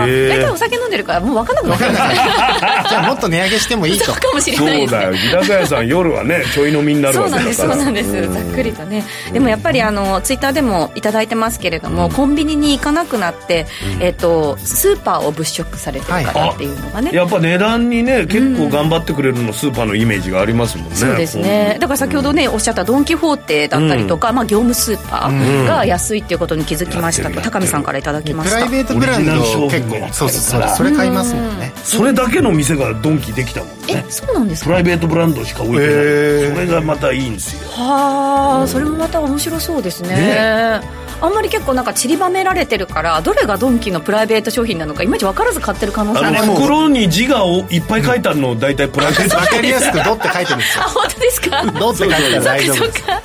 [SPEAKER 3] ー大体お酒飲んでるからもう分かんなくなっちゃう
[SPEAKER 2] じゃあもっと値上げしてもいい と
[SPEAKER 3] かもしれ
[SPEAKER 4] そう
[SPEAKER 3] ないですね
[SPEAKER 4] だよ日高屋さん夜はねちょい飲みになる
[SPEAKER 3] そ
[SPEAKER 4] わ
[SPEAKER 3] う
[SPEAKER 4] け
[SPEAKER 3] なんで
[SPEAKER 4] だから
[SPEAKER 3] すそうなんですざっくりとねでもやっぱりあのツイッターでもいただいてますけれども、コンビニに行かなくなって、えっとスーパーを物色されてる方っていうのがね、
[SPEAKER 4] やっぱ値段にね結構頑張ってくれるのスーパーのイメージがありますもんね
[SPEAKER 3] そうですねだから先ほどねおっしゃったドン・キホーテだったりとか、まあ、業務スーパーが安いっていうことに気づきましたと、高見さんからいただきま
[SPEAKER 2] プ
[SPEAKER 3] し
[SPEAKER 2] ラ
[SPEAKER 3] た
[SPEAKER 2] イベートブランド結構そうそうそうそれ買いますもんね
[SPEAKER 4] それだけの店がドンキできたもん
[SPEAKER 3] え
[SPEAKER 4] ね
[SPEAKER 3] そうなんです
[SPEAKER 4] プ
[SPEAKER 3] か
[SPEAKER 4] ライベートブランドしか置いてない、
[SPEAKER 2] へー
[SPEAKER 4] それがまたいいんですよ
[SPEAKER 3] はあそれもまた面白そうですねあんまり結構なんか散りばめられてるからどれがドンキのプライベート商品なのかいまいち分からず買ってる可能性あ
[SPEAKER 4] あ
[SPEAKER 3] る
[SPEAKER 4] の袋に字がおいっぱい書いてあるのを大体プライベート
[SPEAKER 2] 分かりやすく「ド」って書いてるんです
[SPEAKER 3] あ
[SPEAKER 2] よ
[SPEAKER 3] 本当ですか
[SPEAKER 2] 「ド」って書いてたら大丈夫
[SPEAKER 3] そっ
[SPEAKER 2] です
[SPEAKER 3] か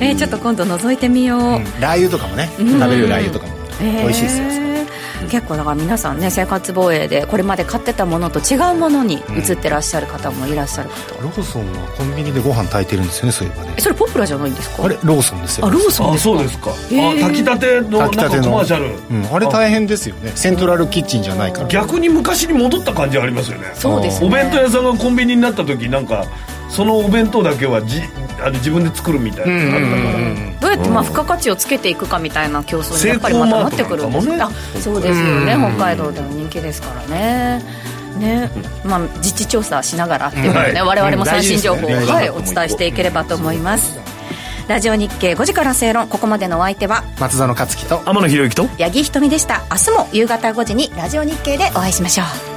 [SPEAKER 3] えーちょっと今度覗いてみよう、
[SPEAKER 2] うんラー油とかもね食べれるラー油とかも美味しいですよ
[SPEAKER 3] へー結構だから皆さんね生活防衛でこれまで買ってたものと違うものに移ってらっしゃる方もいらっしゃるかと、
[SPEAKER 2] ローソンはコンビニでご飯炊いてるんですよねそういえばね
[SPEAKER 3] えそれポプラじゃないんですか
[SPEAKER 2] あれローソンですよ
[SPEAKER 3] あローソン
[SPEAKER 4] あ
[SPEAKER 3] ですか
[SPEAKER 4] そうですか、
[SPEAKER 3] へー
[SPEAKER 4] あ炊きたてのなん
[SPEAKER 2] 炊きたて
[SPEAKER 4] か
[SPEAKER 2] の
[SPEAKER 4] コマーシャル、
[SPEAKER 2] うん、あれ大変ですよねセントラルキッチンじゃないから
[SPEAKER 4] 逆に昔に戻った感じありますよね
[SPEAKER 3] そうですね
[SPEAKER 4] お弁当屋さんがコンビニになった時なんかそのお弁当だけはじあの自分で作るみたいなのがあったから、
[SPEAKER 3] どうやってまあ付加価値をつけていくかみたいな競争にやっぱりまたなってくるんです
[SPEAKER 4] セイコーマートなんかもね
[SPEAKER 3] あそうですよね北海道でも人気ですからねねまあ、実地調査しながらっていうことで、ね
[SPEAKER 4] うん
[SPEAKER 3] 我々も最新情報を、
[SPEAKER 2] うん大事ですね
[SPEAKER 3] はい、お伝えしていければと思いますラジオ日経5時から正論ここまでのお相手は
[SPEAKER 2] 松田の勝樹と
[SPEAKER 4] 天野博之と
[SPEAKER 3] 八木ひとみでした明日も夕方5時にラジオ日経でお会いしましょう